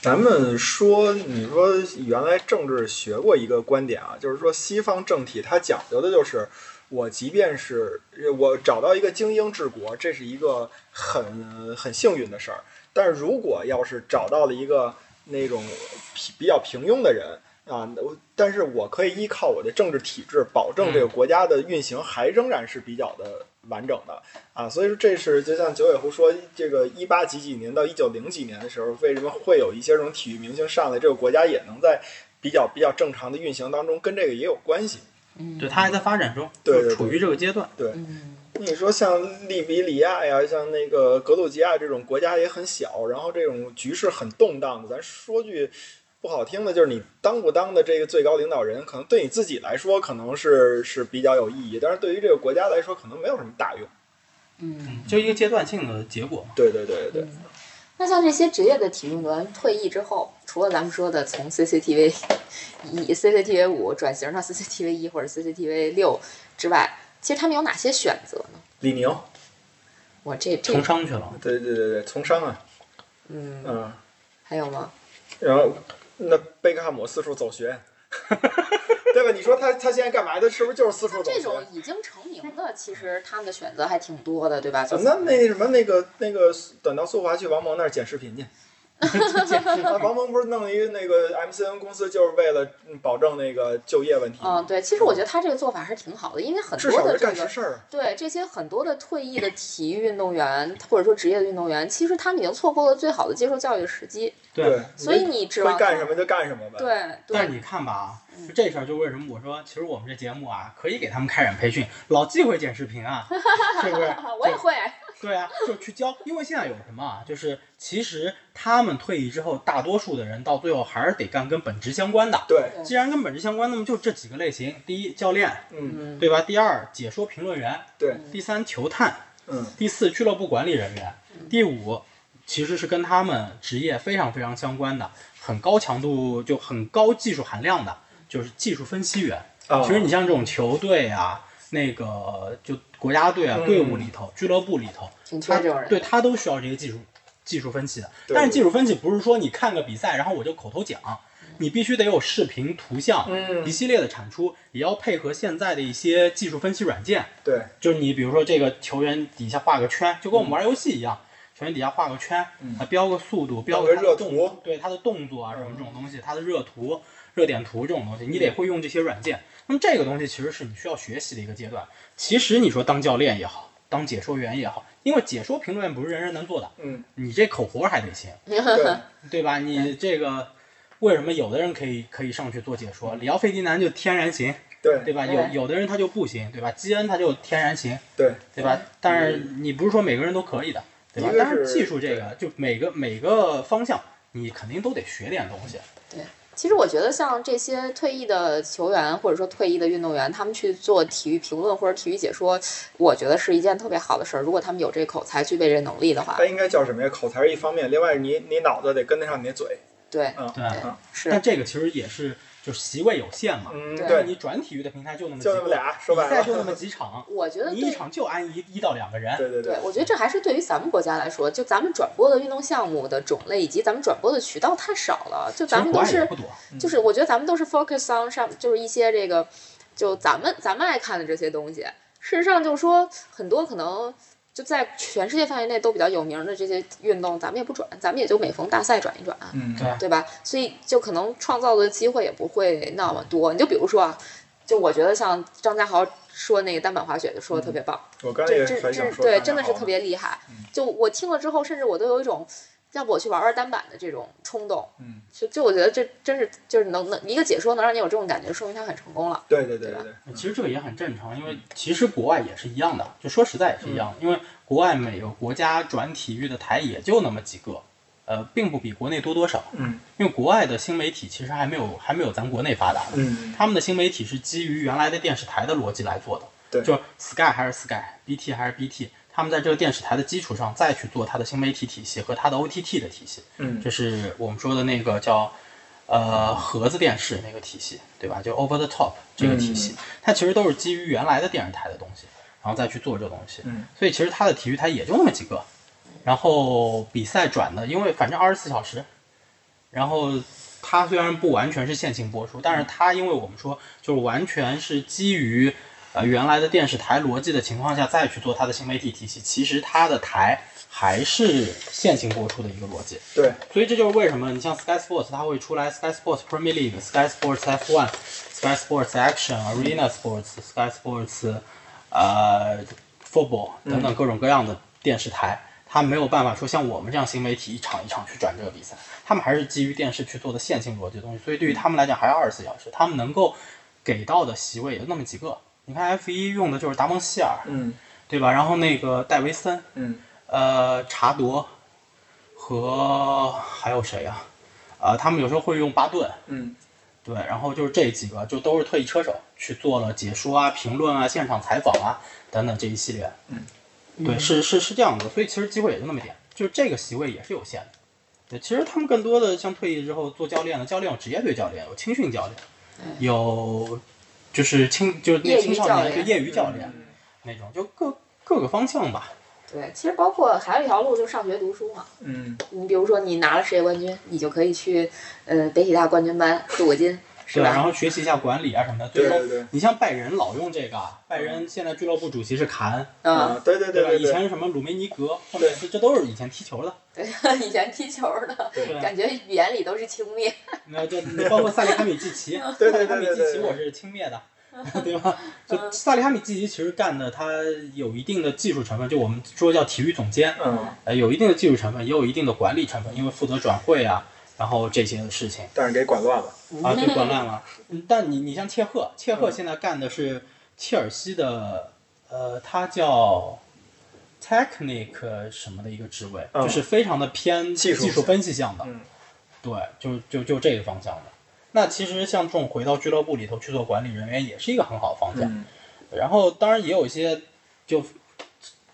Speaker 2: 咱们说，你说原来政治学过一个观点啊，就是说西方政体它讲究的就是，我即便是我找到一个精英治国，这是一个很很幸运的事儿。但是如果要是找到了一个那种平比较平庸的人啊，我但是我可以依靠我的政治体制，保证这个国家的运行还仍然是比较的完整的。啊，所以说这是就像九尾狐说，这个一八几几年到一九零几年的时候，为什么会有一些这种体育明星上来，这个国家也能在比较比较正常的运行当中，跟这个也有关系。
Speaker 1: 嗯，
Speaker 4: 会对他还在发展中，
Speaker 2: 对对
Speaker 4: 就
Speaker 2: 对
Speaker 4: 处于这个阶段。
Speaker 1: 嗯，
Speaker 2: 你说像利比里亚呀，像那个格鲁吉亚这种国家也很小，然后这种局势很动荡的，咱说句不好听的，就是你当不当的这个最高领导人，可能对你自己来说可能是是比较有意义，但是对于这个国家来说，可能没有什么大用。
Speaker 1: 嗯，
Speaker 4: 就一个阶段性的结果嘛。
Speaker 2: 对对对对对，
Speaker 1: 嗯那像这些职业的体育运动员退役之后，除了咱们说的从 CCTV 一、CCTV 五转型到 CCTV 一或者 CCTV 六之外，其实他们有哪些选择呢？
Speaker 2: 李宁，
Speaker 1: 我这这
Speaker 4: 从商去了，
Speaker 2: 对对对对，从商啊，
Speaker 1: 嗯，
Speaker 2: 嗯。
Speaker 1: 还有吗？
Speaker 2: 然后那贝克汉姆四处走 学，对吧？你说他他现在干嘛的？是不是就是四处走
Speaker 1: 这
Speaker 2: 学
Speaker 1: 种？已经成名的，其实他们的选择还挺多的，对吧？就
Speaker 2: 那那什么那个那个短道速滑去王蒙那儿剪视频去。
Speaker 1: 嗯
Speaker 2: 啊王蒙不是弄了一个那个 MCN 公司，就是为了嗯保证那个就业问题，
Speaker 1: 嗯，对，其实我觉得他这个做法还是挺好的，因为很
Speaker 2: 至
Speaker 1: 多
Speaker 2: 少
Speaker 1: 的
Speaker 2: 是
Speaker 1: 这
Speaker 2: 干实
Speaker 1: 个。
Speaker 2: 事儿。啊
Speaker 1: 对这些很多的退役的体育运动员，或者说职业的运动员，其实他们已经错过了最好的接受教育的时机，
Speaker 2: 对，
Speaker 1: 所以你指望
Speaker 2: 嗯会
Speaker 1: 他
Speaker 2: 干什么就干什么呗。
Speaker 1: 对对，
Speaker 4: 但是你看吧啊，
Speaker 1: 嗯
Speaker 4: 就这事儿，就为什么我说，其实我们这节目啊，可以给他们开展培训，老纪会剪视 频啊，是不是？
Speaker 1: 我也会。
Speaker 4: 对啊，就去教，因为现在有什么啊，就是其实他们退役之后，大多数的人到最后还是得干跟本职相关的。
Speaker 2: 对，
Speaker 1: 对
Speaker 4: 既然跟本职相关，那么就这几个类型：第一，教练，
Speaker 2: 嗯，
Speaker 1: 嗯，
Speaker 4: 对吧？第二，解说评论员；
Speaker 2: 对，
Speaker 4: 第三，球探；
Speaker 2: 嗯，
Speaker 4: 第四，俱乐部管理人员；第五，其实是跟他们职业非常非常相关的，很高强度就很高技术含量的，就是技术分析员。
Speaker 2: 啊
Speaker 4: 其实你像这种球队啊，那个就国家队啊，
Speaker 2: 嗯
Speaker 4: 队伍里头、俱乐部里头，
Speaker 1: 挺缺
Speaker 4: 他
Speaker 1: 这种人。
Speaker 4: 对他都需要这些技术技术分析的。
Speaker 2: 对
Speaker 4: 但是技术分析不是说你看个比赛，然后我就口头讲，你必须得有视频、图像、
Speaker 2: 嗯
Speaker 4: 一系列的产出，也要配合现在的一些技术分析软件。
Speaker 2: 对，
Speaker 4: 就是你比如说这个球员底下画个圈，就跟我们玩游戏一样，球员底下画个圈，啊标个速度，标
Speaker 2: 嗯弄个
Speaker 4: 他的
Speaker 2: 热
Speaker 4: 动
Speaker 2: 图，
Speaker 4: 对他的动作啊什么
Speaker 2: 嗯
Speaker 4: 这种东西，他的热图、热点图这种东西，你得会用这些软件。那么这个东西其实是你需要学习的一个阶段。其实你说当教练也好，当解说员也好，因为解说评论员不是人人能做的，
Speaker 2: 嗯，
Speaker 4: 你这口活儿还得行，
Speaker 2: 对，
Speaker 4: 对吧？你
Speaker 2: 嗯
Speaker 4: 这个。为什么有的人可以可以上去做解说？里奥费迪南就天然行，
Speaker 2: 嗯对，
Speaker 4: 对吧？
Speaker 1: 对
Speaker 4: 有有的人他就不行，对吧？基恩他就天然行，
Speaker 2: 对，
Speaker 4: 对吧？但是你不是说每个人都可以的，对
Speaker 2: 嗯
Speaker 4: 吧
Speaker 2: 一？个
Speaker 4: 但
Speaker 2: 是
Speaker 4: 技术这个，就每个每个方向，你肯定都得学点东西。
Speaker 1: 对，其实我觉得，像这些退役的球员或者说退役的运动员，他们去做体育评论或者体育解说，我觉得是一件特别好的事儿。如果他们有这口才，具备这能力的话
Speaker 2: 它，应该叫什么呀？口才是一方面，另外你你脑子得跟得上你的嘴。
Speaker 1: 对，
Speaker 2: 嗯
Speaker 4: 对
Speaker 2: 嗯
Speaker 1: 是
Speaker 4: 但这个其实也是就是席位有限嘛，
Speaker 2: 嗯，
Speaker 1: 对
Speaker 2: 对，
Speaker 4: 那你转体育的平台就那么几
Speaker 2: 就那么
Speaker 4: 个，
Speaker 2: 俩，说白
Speaker 4: 比赛就那
Speaker 2: 了，
Speaker 4: 么几场，
Speaker 1: 我觉得
Speaker 4: 你一
Speaker 1: 对
Speaker 4: 场就安一一到两个 人，
Speaker 2: 对对
Speaker 1: 对，我觉得这还是对于咱们国家来说，就咱们转播的运动项目的种类以及咱们转播的渠道太少了，就
Speaker 4: 其实
Speaker 1: 咱们
Speaker 4: 国
Speaker 1: 都
Speaker 4: 外也
Speaker 1: 是
Speaker 4: 不多，
Speaker 1: 就是我觉得咱们都是 focus on 上，就是一些这个，就咱们咱们爱看的这些东西。事实上，就是说很多可能就在全世界范围内都比较有名的这些运动，咱们也不转，咱们也就每逢大赛转一转，
Speaker 2: 嗯，
Speaker 4: 对
Speaker 1: 对吧？所以就可能创造的机会也不会那么多。你就比如说啊，就我觉得像张家豪说那个单板滑雪就说的特别棒。
Speaker 2: 我刚才也
Speaker 1: 这这
Speaker 2: 很想
Speaker 1: 这
Speaker 2: 说，
Speaker 1: 对，真的是特。别厉害
Speaker 2: 嗯。
Speaker 1: 就我听了之后，甚至我都有一种让我去玩玩单板的这种冲动。
Speaker 2: 嗯，
Speaker 1: 就就我觉得这真是就是能能一个解说能让你有这种感觉，说明他很成功了。
Speaker 2: 对对对对对，
Speaker 4: 其实这个也很正常，因为其实国外也是一样的，就说实在也是一样的，因为国外每个国家转体育的台也就那么几个，呃，并不比国内多多少，
Speaker 2: 嗯
Speaker 4: 因为国外的新媒体其实还没有还没有咱国内发达呢，
Speaker 2: 嗯
Speaker 4: 他们的新媒体是基于原来的电视台的逻辑来做的，
Speaker 2: 对
Speaker 4: 就 Sky 还是 Sky，BT 还是 BT，他们在这个电视台的基础上再去做它的新媒体体系和它的 OTT 的体系，
Speaker 2: 嗯
Speaker 4: 这是我们说的那个叫呃盒子电视那个体系，对吧？就 Over the Top 这个体系，
Speaker 2: 嗯
Speaker 4: 它其实都是基于原来的电视台的东西，然后再去做这东西，
Speaker 2: 嗯
Speaker 4: 所以其实它的体育台也就那么几个，然后比赛转的，因为反正二十四小时，然后它虽然不完全是线性播出，但是它因为我们说就是完全是基于呃原来的电视台逻辑的情况下再去做它的新媒体体系，其实它的台还是线性播出的一个逻辑，
Speaker 2: 对，
Speaker 4: 所以这就是为什么你像 Sky Sports 它会出来 Sky Sports Premier League、Sky Sports F1、Sky Sports Action、Arena Sports、Sky Sports 呃 Football 等等各种各样的电视台，它没有办法说像我们这样新媒体一场一场去转这个比赛，他们还是基于电视去做的线性逻辑的东西，所以对于他们来讲还是二十四小时，他们能够给到的席位也就那么几个。你看 F 一用的就是达蒙希尔，
Speaker 2: 嗯
Speaker 4: 对吧？然后那个戴维森，
Speaker 2: 嗯
Speaker 4: 呃，查铎和还有谁呀、啊？呃，他们有时候会用巴顿，
Speaker 2: 嗯
Speaker 4: 对，然后就是这几个，就都是退役车手去做了解说啊、评论啊、现场采访啊等等这一系列。嗯，对，是是是这样子，所以其实机会也就那么点，就是这个席位也是有限的。对，其实他们更多的像退役之后做教练的，教练有职业队教练，有青训教练，有就是青就是那
Speaker 1: 业余
Speaker 4: 青少
Speaker 1: 教
Speaker 4: 年
Speaker 1: 练嗯
Speaker 4: 就业余教练、那种，就各各个方向吧。
Speaker 1: 对，其实包括还有一条路就是上学读书嘛。
Speaker 2: 嗯
Speaker 1: 你比如说你拿了世界冠军，你就可以去呃北体大冠军班镀个金，是
Speaker 4: 对，然
Speaker 1: 吧？
Speaker 4: 后学习一下管理啊什么的。
Speaker 2: 对
Speaker 4: 包
Speaker 2: 对对嗯
Speaker 4: 你像拜仁老用这个啊，拜仁现在俱乐部主席是卡恩，
Speaker 1: 嗯，
Speaker 2: 啊对对对
Speaker 4: 吧？
Speaker 2: 对
Speaker 4: 以前是什么鲁梅尼格，后面
Speaker 2: 对
Speaker 4: 是这都是以前踢球的，
Speaker 1: 以前踢球的，
Speaker 2: 对嗯
Speaker 1: 感觉眼里都是轻蔑。
Speaker 4: 那就你包括萨利哈米季奇，
Speaker 2: 对对对对对嗯
Speaker 4: 萨利哈米季奇我是轻蔑 的。对吧？就萨利哈米季奇其实干的，他有一定的技术成分，就我们说叫体育总监，
Speaker 2: 嗯，
Speaker 4: 呃，有一定的技术成分，也有一定的管理成分，因为负责转会啊，然后这些的事情。
Speaker 2: 但是给管乱了。
Speaker 4: 啊，对，管乱了。嗯但你你像切赫，切赫现在干的是切尔西的，呃，他叫 technic 什么的一个职位，
Speaker 2: 嗯
Speaker 4: 就是非常的偏
Speaker 2: 技术
Speaker 4: 分析项的，
Speaker 2: 嗯
Speaker 4: 对，就就就这个方向的。那其实像这种回到俱乐部里头去做管理人员，也是一个很好的方向。
Speaker 2: 嗯
Speaker 4: 然后当然也有一些就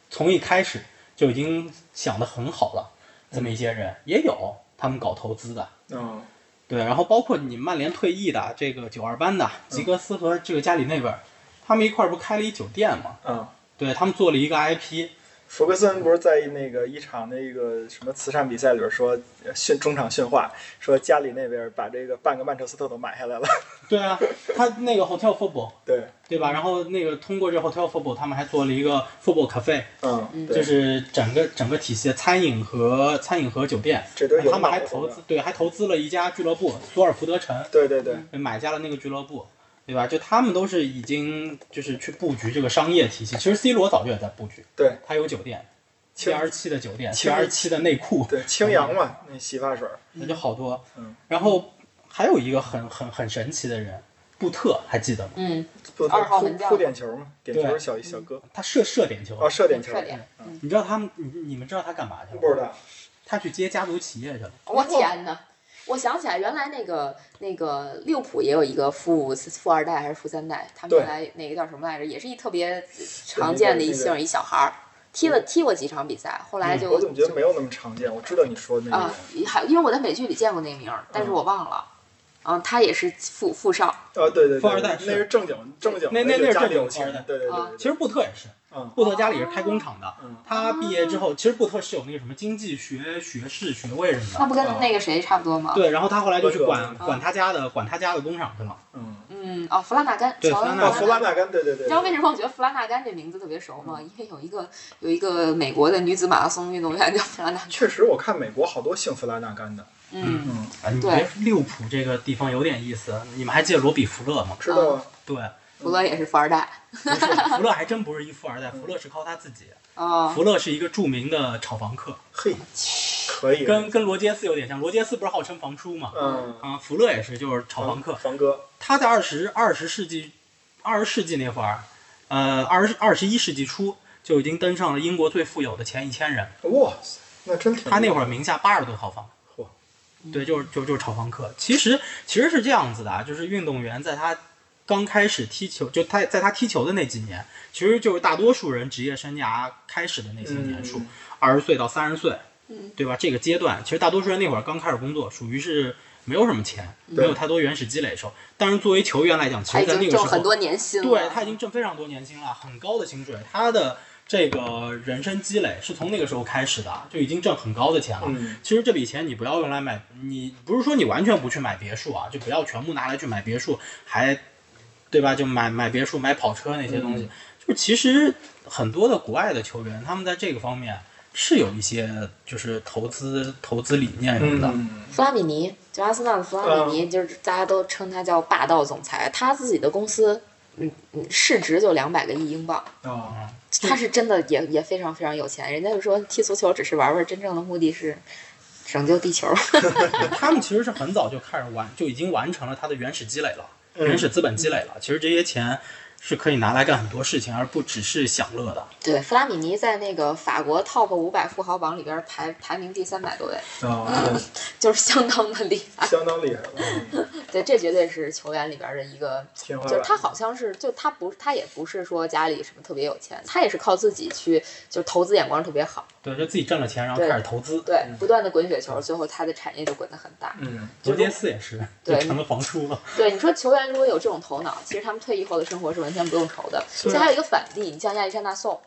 Speaker 4: 从一开始就已经想的很好了，这么一些人、也有，他们搞投资的，
Speaker 2: 嗯
Speaker 4: 对，然后包括你曼联退役的这个九二班
Speaker 2: 嗯
Speaker 4: 的吉格斯和这个加里内维尔，他们一块儿不开了一酒店嘛？
Speaker 2: 嗯，
Speaker 4: 对他们做了一个 IP，
Speaker 2: 弗格森不是在那个一场那个什么慈善比赛里边说训中场训话，说家里那边把这个半个曼彻斯特都买下来了。
Speaker 4: 对啊，他那个 Hotel Football，
Speaker 2: 对，
Speaker 4: 对吧？然后那个通过这 Hotel Football，他们还做了一个 Football Cafe，
Speaker 2: 嗯，
Speaker 4: 就
Speaker 2: 对，
Speaker 4: 是整个整个体系的餐饮和餐饮和酒店，
Speaker 2: 这都有
Speaker 4: 他们还
Speaker 2: 脑子
Speaker 4: 投
Speaker 2: 的
Speaker 4: 资，对，还投资了一家俱乐部索尔福德城，
Speaker 2: 对对
Speaker 1: 嗯
Speaker 2: 对，
Speaker 4: 买下了那个俱乐部，对吧？就他们都是已经就是去布局这个商业体系，其实 C 罗早就也在布局，
Speaker 2: 对
Speaker 4: 他有酒店，七
Speaker 2: 清
Speaker 4: 二七的酒店，七
Speaker 2: 清
Speaker 4: 二七的内裤，嗯
Speaker 2: 对，清扬嘛，那洗发水。
Speaker 4: 那就好多。
Speaker 2: 嗯
Speaker 4: 然后还有一个很很很神奇的人，布特还记得吗？
Speaker 1: 嗯，
Speaker 2: 不
Speaker 1: 二号
Speaker 2: 扑
Speaker 1: 门将
Speaker 2: 扑点球嘛，点球
Speaker 4: 对
Speaker 2: 小小哥
Speaker 4: 他射射点球，
Speaker 2: 哦，射点球，
Speaker 1: 快点！
Speaker 4: 你知道他们你你们知道他干嘛去了吗？
Speaker 2: 不知道，
Speaker 4: 他去接家族企业去了。
Speaker 1: 哦我天哪！我想起来，原来那个那个利物浦也有一个富富二代还是富三代，他们
Speaker 2: 对
Speaker 1: 原来那个叫什么来着，也是一特别常见的一
Speaker 2: 那个
Speaker 1: 姓一小孩儿，踢了踢过几场比赛，后来就
Speaker 2: 嗯我怎么觉得
Speaker 1: 就
Speaker 2: 没有那么常见？我知道你说的那个
Speaker 1: 啊
Speaker 2: 人，，
Speaker 1: 还因为我在美剧里见过那名儿，但是我忘了。嗯，他也是富富少，
Speaker 2: 啊，对对，对
Speaker 4: 富二代是
Speaker 2: 那是正经正经的，
Speaker 4: 那那
Speaker 2: 有
Speaker 4: 那是
Speaker 2: 家
Speaker 4: 正
Speaker 2: 里
Speaker 4: 经
Speaker 2: 有
Speaker 4: 富二代
Speaker 2: 钱，对对对
Speaker 1: 啊
Speaker 2: 对，
Speaker 4: 其实布特也是，
Speaker 2: 嗯
Speaker 4: 布特家里是开工厂的。
Speaker 2: 嗯，
Speaker 4: 他毕业之后，其实布特是有那个什么经济学学士学位什么的。
Speaker 1: 那不跟
Speaker 4: 啊
Speaker 1: 那个谁差不多吗？
Speaker 4: 对，然后他后来就去
Speaker 2: 温
Speaker 4: 管
Speaker 1: 格
Speaker 4: 管他家的管他家的工厂去了。
Speaker 2: 嗯，
Speaker 1: 嗯，哦，弗拉纳甘，
Speaker 4: 对
Speaker 1: 乔
Speaker 4: 弗
Speaker 1: 恩
Speaker 4: 拉纳
Speaker 2: 啊，
Speaker 4: 甘
Speaker 2: 弗拉纳甘，对对对，
Speaker 1: 你知道为什么我觉得弗拉纳甘这名字特别熟吗？因为有一个有一个美国的女子马拉松运动员叫弗拉纳甘。
Speaker 2: 确实，我看美国好多姓弗拉纳甘的，
Speaker 1: 嗯，
Speaker 2: 嗯，
Speaker 4: 啊，你
Speaker 1: 对
Speaker 4: 别利物浦这个地方有点意思。你们还记得罗比弗勒吗？
Speaker 2: 知道啊，
Speaker 4: 对，
Speaker 1: 弗勒也是富二代。
Speaker 4: 不是弗勒还真不是一富二代，弗勒是靠他自己。
Speaker 1: 哦，
Speaker 4: 弗勒是一个著名的炒房客，
Speaker 2: 嘿，可以，
Speaker 4: 跟跟罗杰斯有点像。罗杰斯不是号称房叔吗？
Speaker 2: 嗯，
Speaker 4: 啊，弗勒也是，就是炒房客。
Speaker 2: 房哥，
Speaker 4: 他在二十二十世纪二十世纪那会儿，呃，二十二十一世纪初就已经登上了英国最富有的前一千人。
Speaker 2: 哇塞，那真挺，
Speaker 4: 他那会儿名下八十多套房
Speaker 2: 嚯。
Speaker 4: 对，就是就就是炒房客。其实其实是这样子的啊，就是运动员在他刚开始踢球，就他在他踢球的那几年，其实就是大多数人职业生涯开始的那些年数
Speaker 2: 嗯，
Speaker 4: 二十、岁到三十岁
Speaker 1: 嗯，
Speaker 4: 对吧？这个阶段，其实大多数人那会儿刚开始工作，属于是没有什么钱，没有太多原始积累的时候。但是作为球员来讲，其
Speaker 1: 他
Speaker 4: 实
Speaker 1: 已
Speaker 4: 在那
Speaker 1: 经
Speaker 4: 个时
Speaker 1: 挣很
Speaker 4: 候，
Speaker 1: 多年薪了。
Speaker 4: 对他已经挣非常多年薪了，很高的薪水，他的这个人生积累是从那个时候开始的，就已经挣很高的钱了。
Speaker 2: 嗯
Speaker 4: 其实这笔钱你不要用来买，你不是说你完全不去买别墅啊，就不要全部拿来去买别墅，还对吧？就买买别墅、买跑车那些东
Speaker 2: 嗯
Speaker 4: 西。就其实很多的国外的球员，他们在这个方面是有一些就是投资投资理念什么的。
Speaker 2: 嗯，
Speaker 1: 弗拉米尼，就阿森纳的弗
Speaker 4: 嗯
Speaker 1: 拉米尼，就是大家都称他叫霸道总裁。他自己的公司，嗯嗯，市值就两百个亿英镑。
Speaker 2: 啊，
Speaker 4: 嗯
Speaker 1: 他是真的也也非常非常有钱。人家就说踢足球只是玩玩，真正的目的是拯救地球。
Speaker 4: 他们其实是很早就开始完，就已经完成了他的原始积累了，
Speaker 2: 嗯
Speaker 4: 原始资本积累了。其实这些钱是可以拿来干很多事情，而不只是享乐的。
Speaker 1: 对，弗拉米尼在那个法国 Top 五百富豪榜里边排排名第三百多位，
Speaker 2: 啊，
Speaker 1: 就是相当的厉害。
Speaker 2: 相当厉害，嗯
Speaker 1: 对，这绝对是球员里边的一个，
Speaker 2: 天花
Speaker 1: 就
Speaker 2: 板
Speaker 1: 是，他好像是，就他不，他也不是说家里什么特别有钱，他也是靠自己去，就投资眼光特别好，
Speaker 4: 对，就自己挣了钱，然后
Speaker 1: 对
Speaker 4: 开始投资。
Speaker 1: 对，不断的滚雪球，最后他的产业就滚得很大。
Speaker 2: 嗯，
Speaker 4: 罗杰斯也是，
Speaker 1: 对
Speaker 4: 就成了房叔了。
Speaker 1: 对，你说球员如果有这种头脑，其实他们退役后的生活是完全不用愁的。其实还有一个反例，你像亚历山大宋，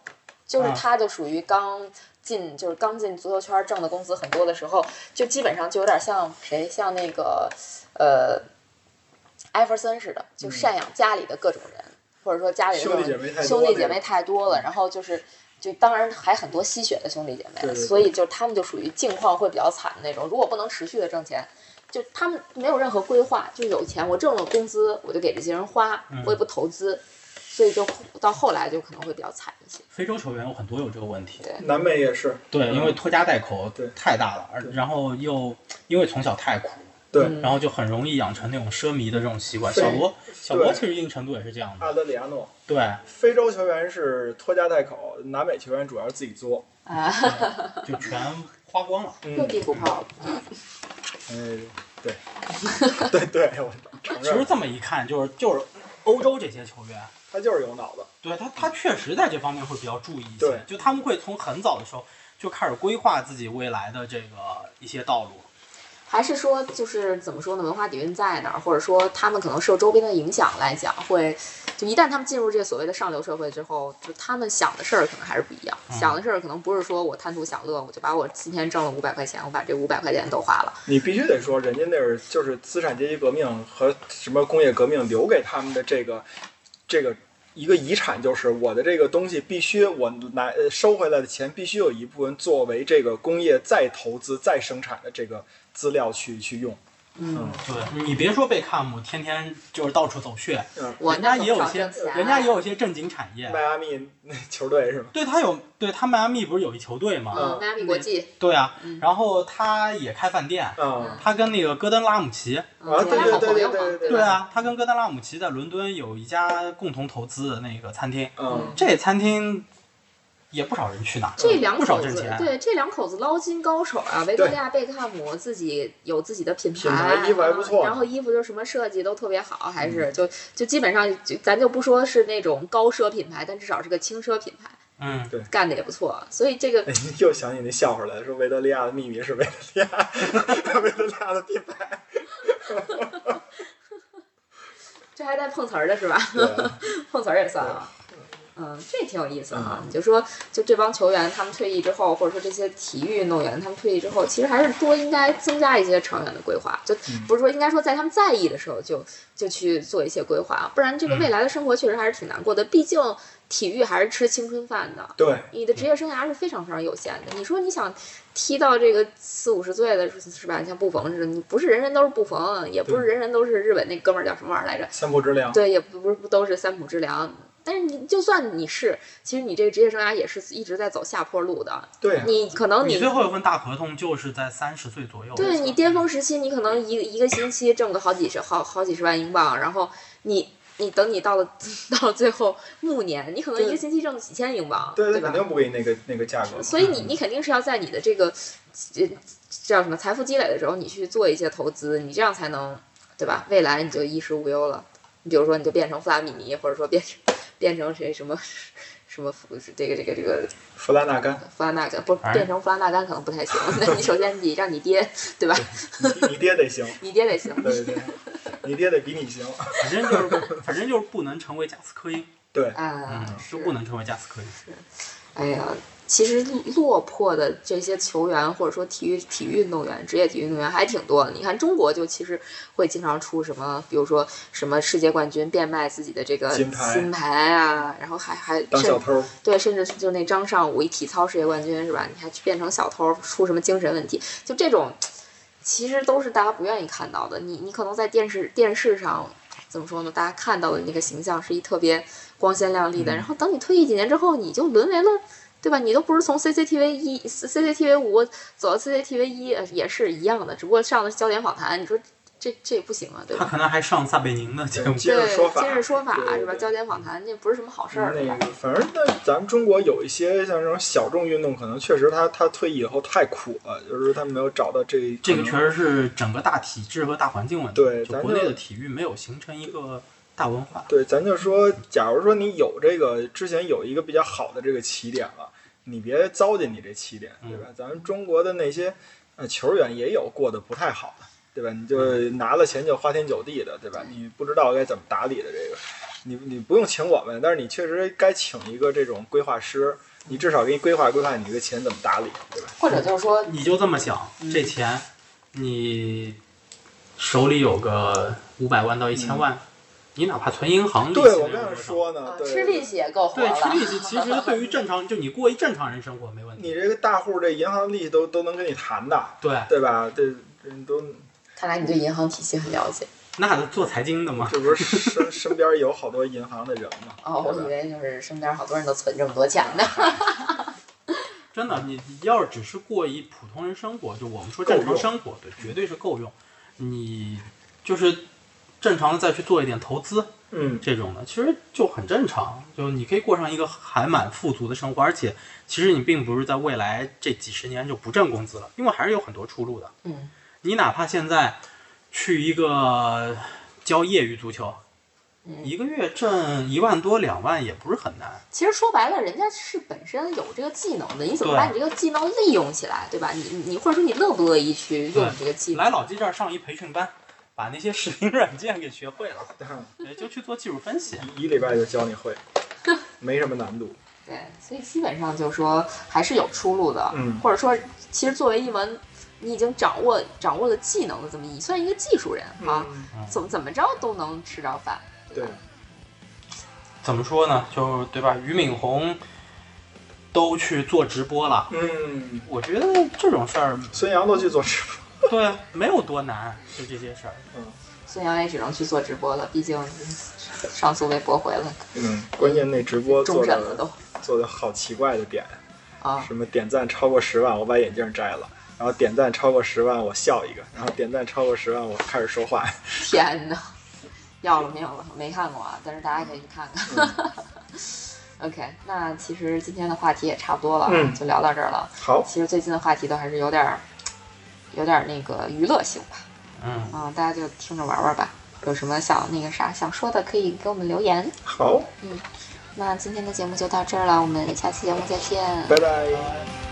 Speaker 1: 就是
Speaker 4: 啊
Speaker 1: 他就属于刚进，就是刚进足球圈挣的工资很多的时候，就基本上就有点像谁，像那个呃艾弗森似的，就赡养家里的各种人，或者说家里的各种
Speaker 2: 嗯兄弟姐妹太多
Speaker 1: 兄弟姐
Speaker 2: 那
Speaker 1: 妹
Speaker 2: 种
Speaker 1: 太多了，然后就是。就当然还很多吸血的兄弟姐妹，
Speaker 2: 对对对
Speaker 1: 所以就他们就属于境况会比较惨的那种。如果不能持续的挣钱，就他们没有任何规划，就有钱我挣了工资我就给这些人花，
Speaker 2: 嗯
Speaker 1: 我也不投资，所以就到后来就可能会比较惨一些。
Speaker 4: 非洲球员有很多有这个问题，嗯
Speaker 2: 南美也是，
Speaker 4: 对，因为拖家带口
Speaker 2: 对
Speaker 4: 太大了，而然后又因为从小太苦，
Speaker 1: 嗯
Speaker 2: 对，
Speaker 4: 然后就很容易养成那种奢靡的这种习惯。
Speaker 2: 对
Speaker 4: 小罗，小罗
Speaker 2: 对
Speaker 4: 其实一定程度也是这样的，
Speaker 2: 阿德里亚诺，
Speaker 4: 对，
Speaker 2: 非洲球员是拖家带口，南美球员主要是自己作，
Speaker 1: 啊，
Speaker 4: 就全花光了。
Speaker 2: 嗯
Speaker 1: 又，地图炮了，
Speaker 2: 哎，对， 对对，我承
Speaker 4: 其实
Speaker 2: 认，
Speaker 4: 这么一看，就是就是欧洲这些球员，
Speaker 2: 他就是有脑子，
Speaker 4: 对他他确实在这方面会比较注意一些
Speaker 2: 对，
Speaker 4: 就他们会从很早的时候就开始规划自己未来的这个一些道路。
Speaker 1: 还是说就是怎么说呢？文化底蕴在那儿，或者说他们可能受周边的影响来讲，会就一旦他们进入这个所谓的上流社会之后，就他们想的事儿可能还是不一样，想的事儿可能不是说我贪图享乐，我就把我今天挣了五百块钱，我把这五百块钱都花了。嗯
Speaker 2: 你必须得说，人家那是就是资产阶级革命和什么工业革命留给他们的这个这个一个遗产，就是我的这个东西必须我拿呃收回来的钱必须有一部分作为这个工业再投资再生产的这个资料去去用。
Speaker 1: 嗯，
Speaker 4: 对你别说贝克汉姆天天就是到处走穴，
Speaker 1: 我
Speaker 4: 人家
Speaker 1: 那
Speaker 4: 也有
Speaker 1: 种
Speaker 4: 一些
Speaker 1: 少挣钱，
Speaker 4: 人家也有一些正经产业。
Speaker 2: 嗯迈阿密那球队是吗？
Speaker 4: 对他有，对他迈阿密不是有一球队吗？
Speaker 1: 嗯，迈阿嗯密国际，
Speaker 4: 对啊，然后他也开饭店，
Speaker 2: 啊、
Speaker 4: 他跟那个戈登拉姆齐，
Speaker 1: 嗯
Speaker 2: 啊，
Speaker 1: 就
Speaker 2: 对
Speaker 1: 是
Speaker 2: 对
Speaker 1: 好
Speaker 2: 对
Speaker 1: 朋
Speaker 2: 对
Speaker 1: 友嘛
Speaker 2: 对
Speaker 4: 对，啊，他跟戈登拉姆齐在伦敦有一家共同投资的那个餐厅，
Speaker 2: 嗯
Speaker 4: 这餐厅也不少人去哪儿，
Speaker 1: 这两
Speaker 4: 不少
Speaker 1: 口
Speaker 4: 挣
Speaker 1: 子
Speaker 4: 钱，
Speaker 1: 对这两口子捞金高手啊，维多利亚·贝克汉姆自己有自己的品牌，
Speaker 2: 品牌衣服还不错嗯
Speaker 1: 啊然后衣服就什么设计都特别好，还是就就基本上就咱就不说是那种高奢品牌，但至少是个轻奢品牌，
Speaker 4: 嗯，
Speaker 1: 干的也不错。所以这个
Speaker 2: 哎， 又想起那笑话来了，说维多利亚的秘密是维多利亚， 维多利亚的品牌。
Speaker 1: 这还带碰瓷儿的是吧？
Speaker 2: 对，
Speaker 1: 碰瓷儿也算啊。嗯，这挺有意思的啊！你就说，就这帮球员他们退役之后，或者说这些体育运动员他们退役之后，其实还是多应该增加一些长远的规划，就不是说应该说在他们在意的时候就就去做一些规划，啊不然这个未来的生活确实还是挺难过的。毕竟体育还是吃青春饭的，
Speaker 2: 对，
Speaker 1: 你的职业生涯是非常非常有限的。你说你想踢到这个四五十岁的是是吧？你像布冯似的，你不是人人都是布冯，也不是人人都是日本那哥们儿叫什么玩意儿来着？
Speaker 2: 三浦之良。
Speaker 1: 对，也不不不都是三浦之良。但是你就算你是，其实你这个职业生涯也是一直在走下坡路的。
Speaker 2: 对啊，
Speaker 1: 你可能
Speaker 4: 你
Speaker 1: 哦你
Speaker 4: 最后一份大合同就是在三十岁左右，
Speaker 1: 对你巅峰时期，你可能一一个星期挣个好几十好好几十万英镑，然后你你等你到了 到了最后暮年，你可能一个
Speaker 2: 对
Speaker 1: 星期挣几千英镑，
Speaker 2: 对，他
Speaker 1: 吧
Speaker 2: 肯？定不给你那个那个价格嘛。
Speaker 1: 所以你你肯定是要在你的这个呃叫什么财富积累的时候，你去做一些投资，你这样才能对吧？未来你就衣食无忧了。你比如说，你就变成弗拉米尼，或者说变成 变成谁什么 什么弗这个这个这个
Speaker 2: 弗拉纳甘，
Speaker 1: 弗拉纳甘，不是
Speaker 4: 哎
Speaker 1: 变成弗拉纳甘可能不太行。 那你首先你让你爹对吧？
Speaker 2: 你你爹 得行，
Speaker 1: 你爹得行。
Speaker 2: 对对对，你爹得比你 行。
Speaker 4: 反正就是反正就是不能成为加斯科 因，
Speaker 2: 对，
Speaker 1: 啊
Speaker 4: 嗯，，
Speaker 1: 是
Speaker 4: 就不能成为加斯科因，
Speaker 1: 哎呀，其实落魄的这些球员，或者说体育体育运动员、职业体育运动员还挺多的。你看中国就其实会经常出什么，比如说什么世界冠军变卖自己的这个
Speaker 2: 金牌
Speaker 1: 金牌啊，然后还还
Speaker 2: 当小
Speaker 1: 甚
Speaker 2: 偷，
Speaker 1: 对，甚至就那张尚武一体操世界冠军是吧？你还去变成小偷，出什么精神问题？就这种，其实都是大家不愿意看到的。你你可能在电视电视上怎么说呢？大家看到的那个形象是一特别光鲜亮
Speaker 2: 嗯
Speaker 1: 丽的，然后等你退役几年之后，你就沦为了。对吧？你都不是从 CCTV 一、CCTV 五走到 CCTV 一，呃也是一样的，只不过上的是焦点访谈。你说这这也不行啊，对
Speaker 4: 他
Speaker 1: 吧？
Speaker 4: 可能还上撒贝宁的节 目，
Speaker 2: 接
Speaker 1: 对，
Speaker 2: 着说法，
Speaker 1: 今日说法
Speaker 2: 对对
Speaker 1: 是吧？
Speaker 2: 对嗯
Speaker 1: 焦点访谈这不是什么好事儿，对吧？
Speaker 2: 那个，反正那咱们中国有一些像这种小众运动，可能确实他他退役以后太苦了，就是他没有找到这
Speaker 4: 这个确实是整个大体制和大环境问题，
Speaker 2: 对
Speaker 4: 就
Speaker 2: 咱
Speaker 4: 国
Speaker 2: 就
Speaker 4: 内的体育没有形成一个大文化，
Speaker 2: 对，咱就说，假如说你有这个之前有一个比较好的这个起点了，你别糟践你这起点，对吧？咱们中国的那些呃球员也有过得不太好的，对吧？你就拿了钱就花天酒地的，对吧？你不知道该怎么打理的这个，你你不用请我们，但是你确实该请一个这种规划师，你至少给你规划规划你这个钱怎么打理，对吧？
Speaker 1: 或者就是说，
Speaker 4: 你就这么想，
Speaker 1: 嗯
Speaker 4: 这钱你手里有个五百万到一千万，你哪怕存银行，利
Speaker 2: 嗯对，
Speaker 4: 息
Speaker 2: 我
Speaker 4: 能有
Speaker 2: 刚想
Speaker 4: 多少。
Speaker 2: 说呢，
Speaker 1: 啊
Speaker 2: 对
Speaker 1: 吃利息也够活
Speaker 4: 对，
Speaker 1: 了。
Speaker 4: 吃利息其实对于正常，就你过一正常人生活没问
Speaker 2: 你
Speaker 4: 题。
Speaker 2: 这个大户这银行利息都都能跟你谈的，
Speaker 4: 对，
Speaker 2: 对吧？这这都
Speaker 1: 看来你对银行体系很了解
Speaker 4: 那做财经的嘛，
Speaker 2: 这不是身身边有好多银行的人吗？
Speaker 1: 哦，我
Speaker 2: 对
Speaker 1: 以
Speaker 2: 吧
Speaker 1: 为就是身边好多人都存这么多钱呢。
Speaker 4: 真的，你你要是只是过一普通人生活，就我们说
Speaker 2: 够
Speaker 4: 正常
Speaker 2: 用
Speaker 4: 生活，对，绝对是够用。你就是正常的再去做一点投资
Speaker 2: 嗯，
Speaker 4: 这种的，其实就很正常，就你可以过上一个还蛮富足的生活，而且其实你并不是在未来这几十年就不挣工资了，因为还是有很多出路的。
Speaker 1: 嗯，
Speaker 4: 你哪怕现在去一个教业余足球，
Speaker 1: 嗯
Speaker 4: 一个月挣一万多两万也不是很难。
Speaker 1: 其实说白了，人家是本身有这个技能的，你怎么
Speaker 4: 对
Speaker 1: 把你这个技能利用起来，对吧？你你你或者说你乐不乐意去用这个技能？
Speaker 4: 来老纪这儿上一培训班，把那些视频软件给学会了，也就去做技术分析。
Speaker 2: 一一礼拜就教你会，没什么难度。
Speaker 1: 对，所以基本上就是说还是有出路的，
Speaker 2: 嗯
Speaker 1: 或者说其实作为一门你已经掌握掌握了技能的这么一，你算一个技术人啊，
Speaker 2: 嗯，
Speaker 1: 怎么怎么着都能吃着饭。
Speaker 2: 对，
Speaker 4: 怎么说呢？就对吧？俞敏洪都去做直播了，
Speaker 2: 嗯，
Speaker 4: 我觉得这种事儿，
Speaker 2: 孙杨都去做直播，
Speaker 4: 对，啊没有多难，就这些事儿。
Speaker 1: 孙杨也只能去做直播了，毕竟上诉被驳回了，
Speaker 2: 嗯，关键那直播
Speaker 1: 终
Speaker 2: 做
Speaker 1: 审了
Speaker 2: 的
Speaker 1: 都
Speaker 2: 做的好奇怪的点，
Speaker 1: 啊。
Speaker 2: 什么点赞超过十万，我把眼镜摘了。然后点赞超过十万，我笑一个；然后点赞超过十万，我开始说话。
Speaker 1: 天呐，要了命了！没看过啊，但是大家可以去看看。 OK，那其实今天的话题也差不多了，
Speaker 2: 嗯
Speaker 1: 就聊到这儿了。
Speaker 2: 好，
Speaker 1: 其实最近的话题都还是有点儿，有点儿那个娱乐性吧，
Speaker 4: 嗯，
Speaker 1: 啊、大家就听着玩玩吧。有什么想那个啥想说的，可以给我们留言。
Speaker 2: 好，
Speaker 1: 那今天的节目就到这儿了，我们下期节目再见，
Speaker 2: 拜拜。
Speaker 4: 拜拜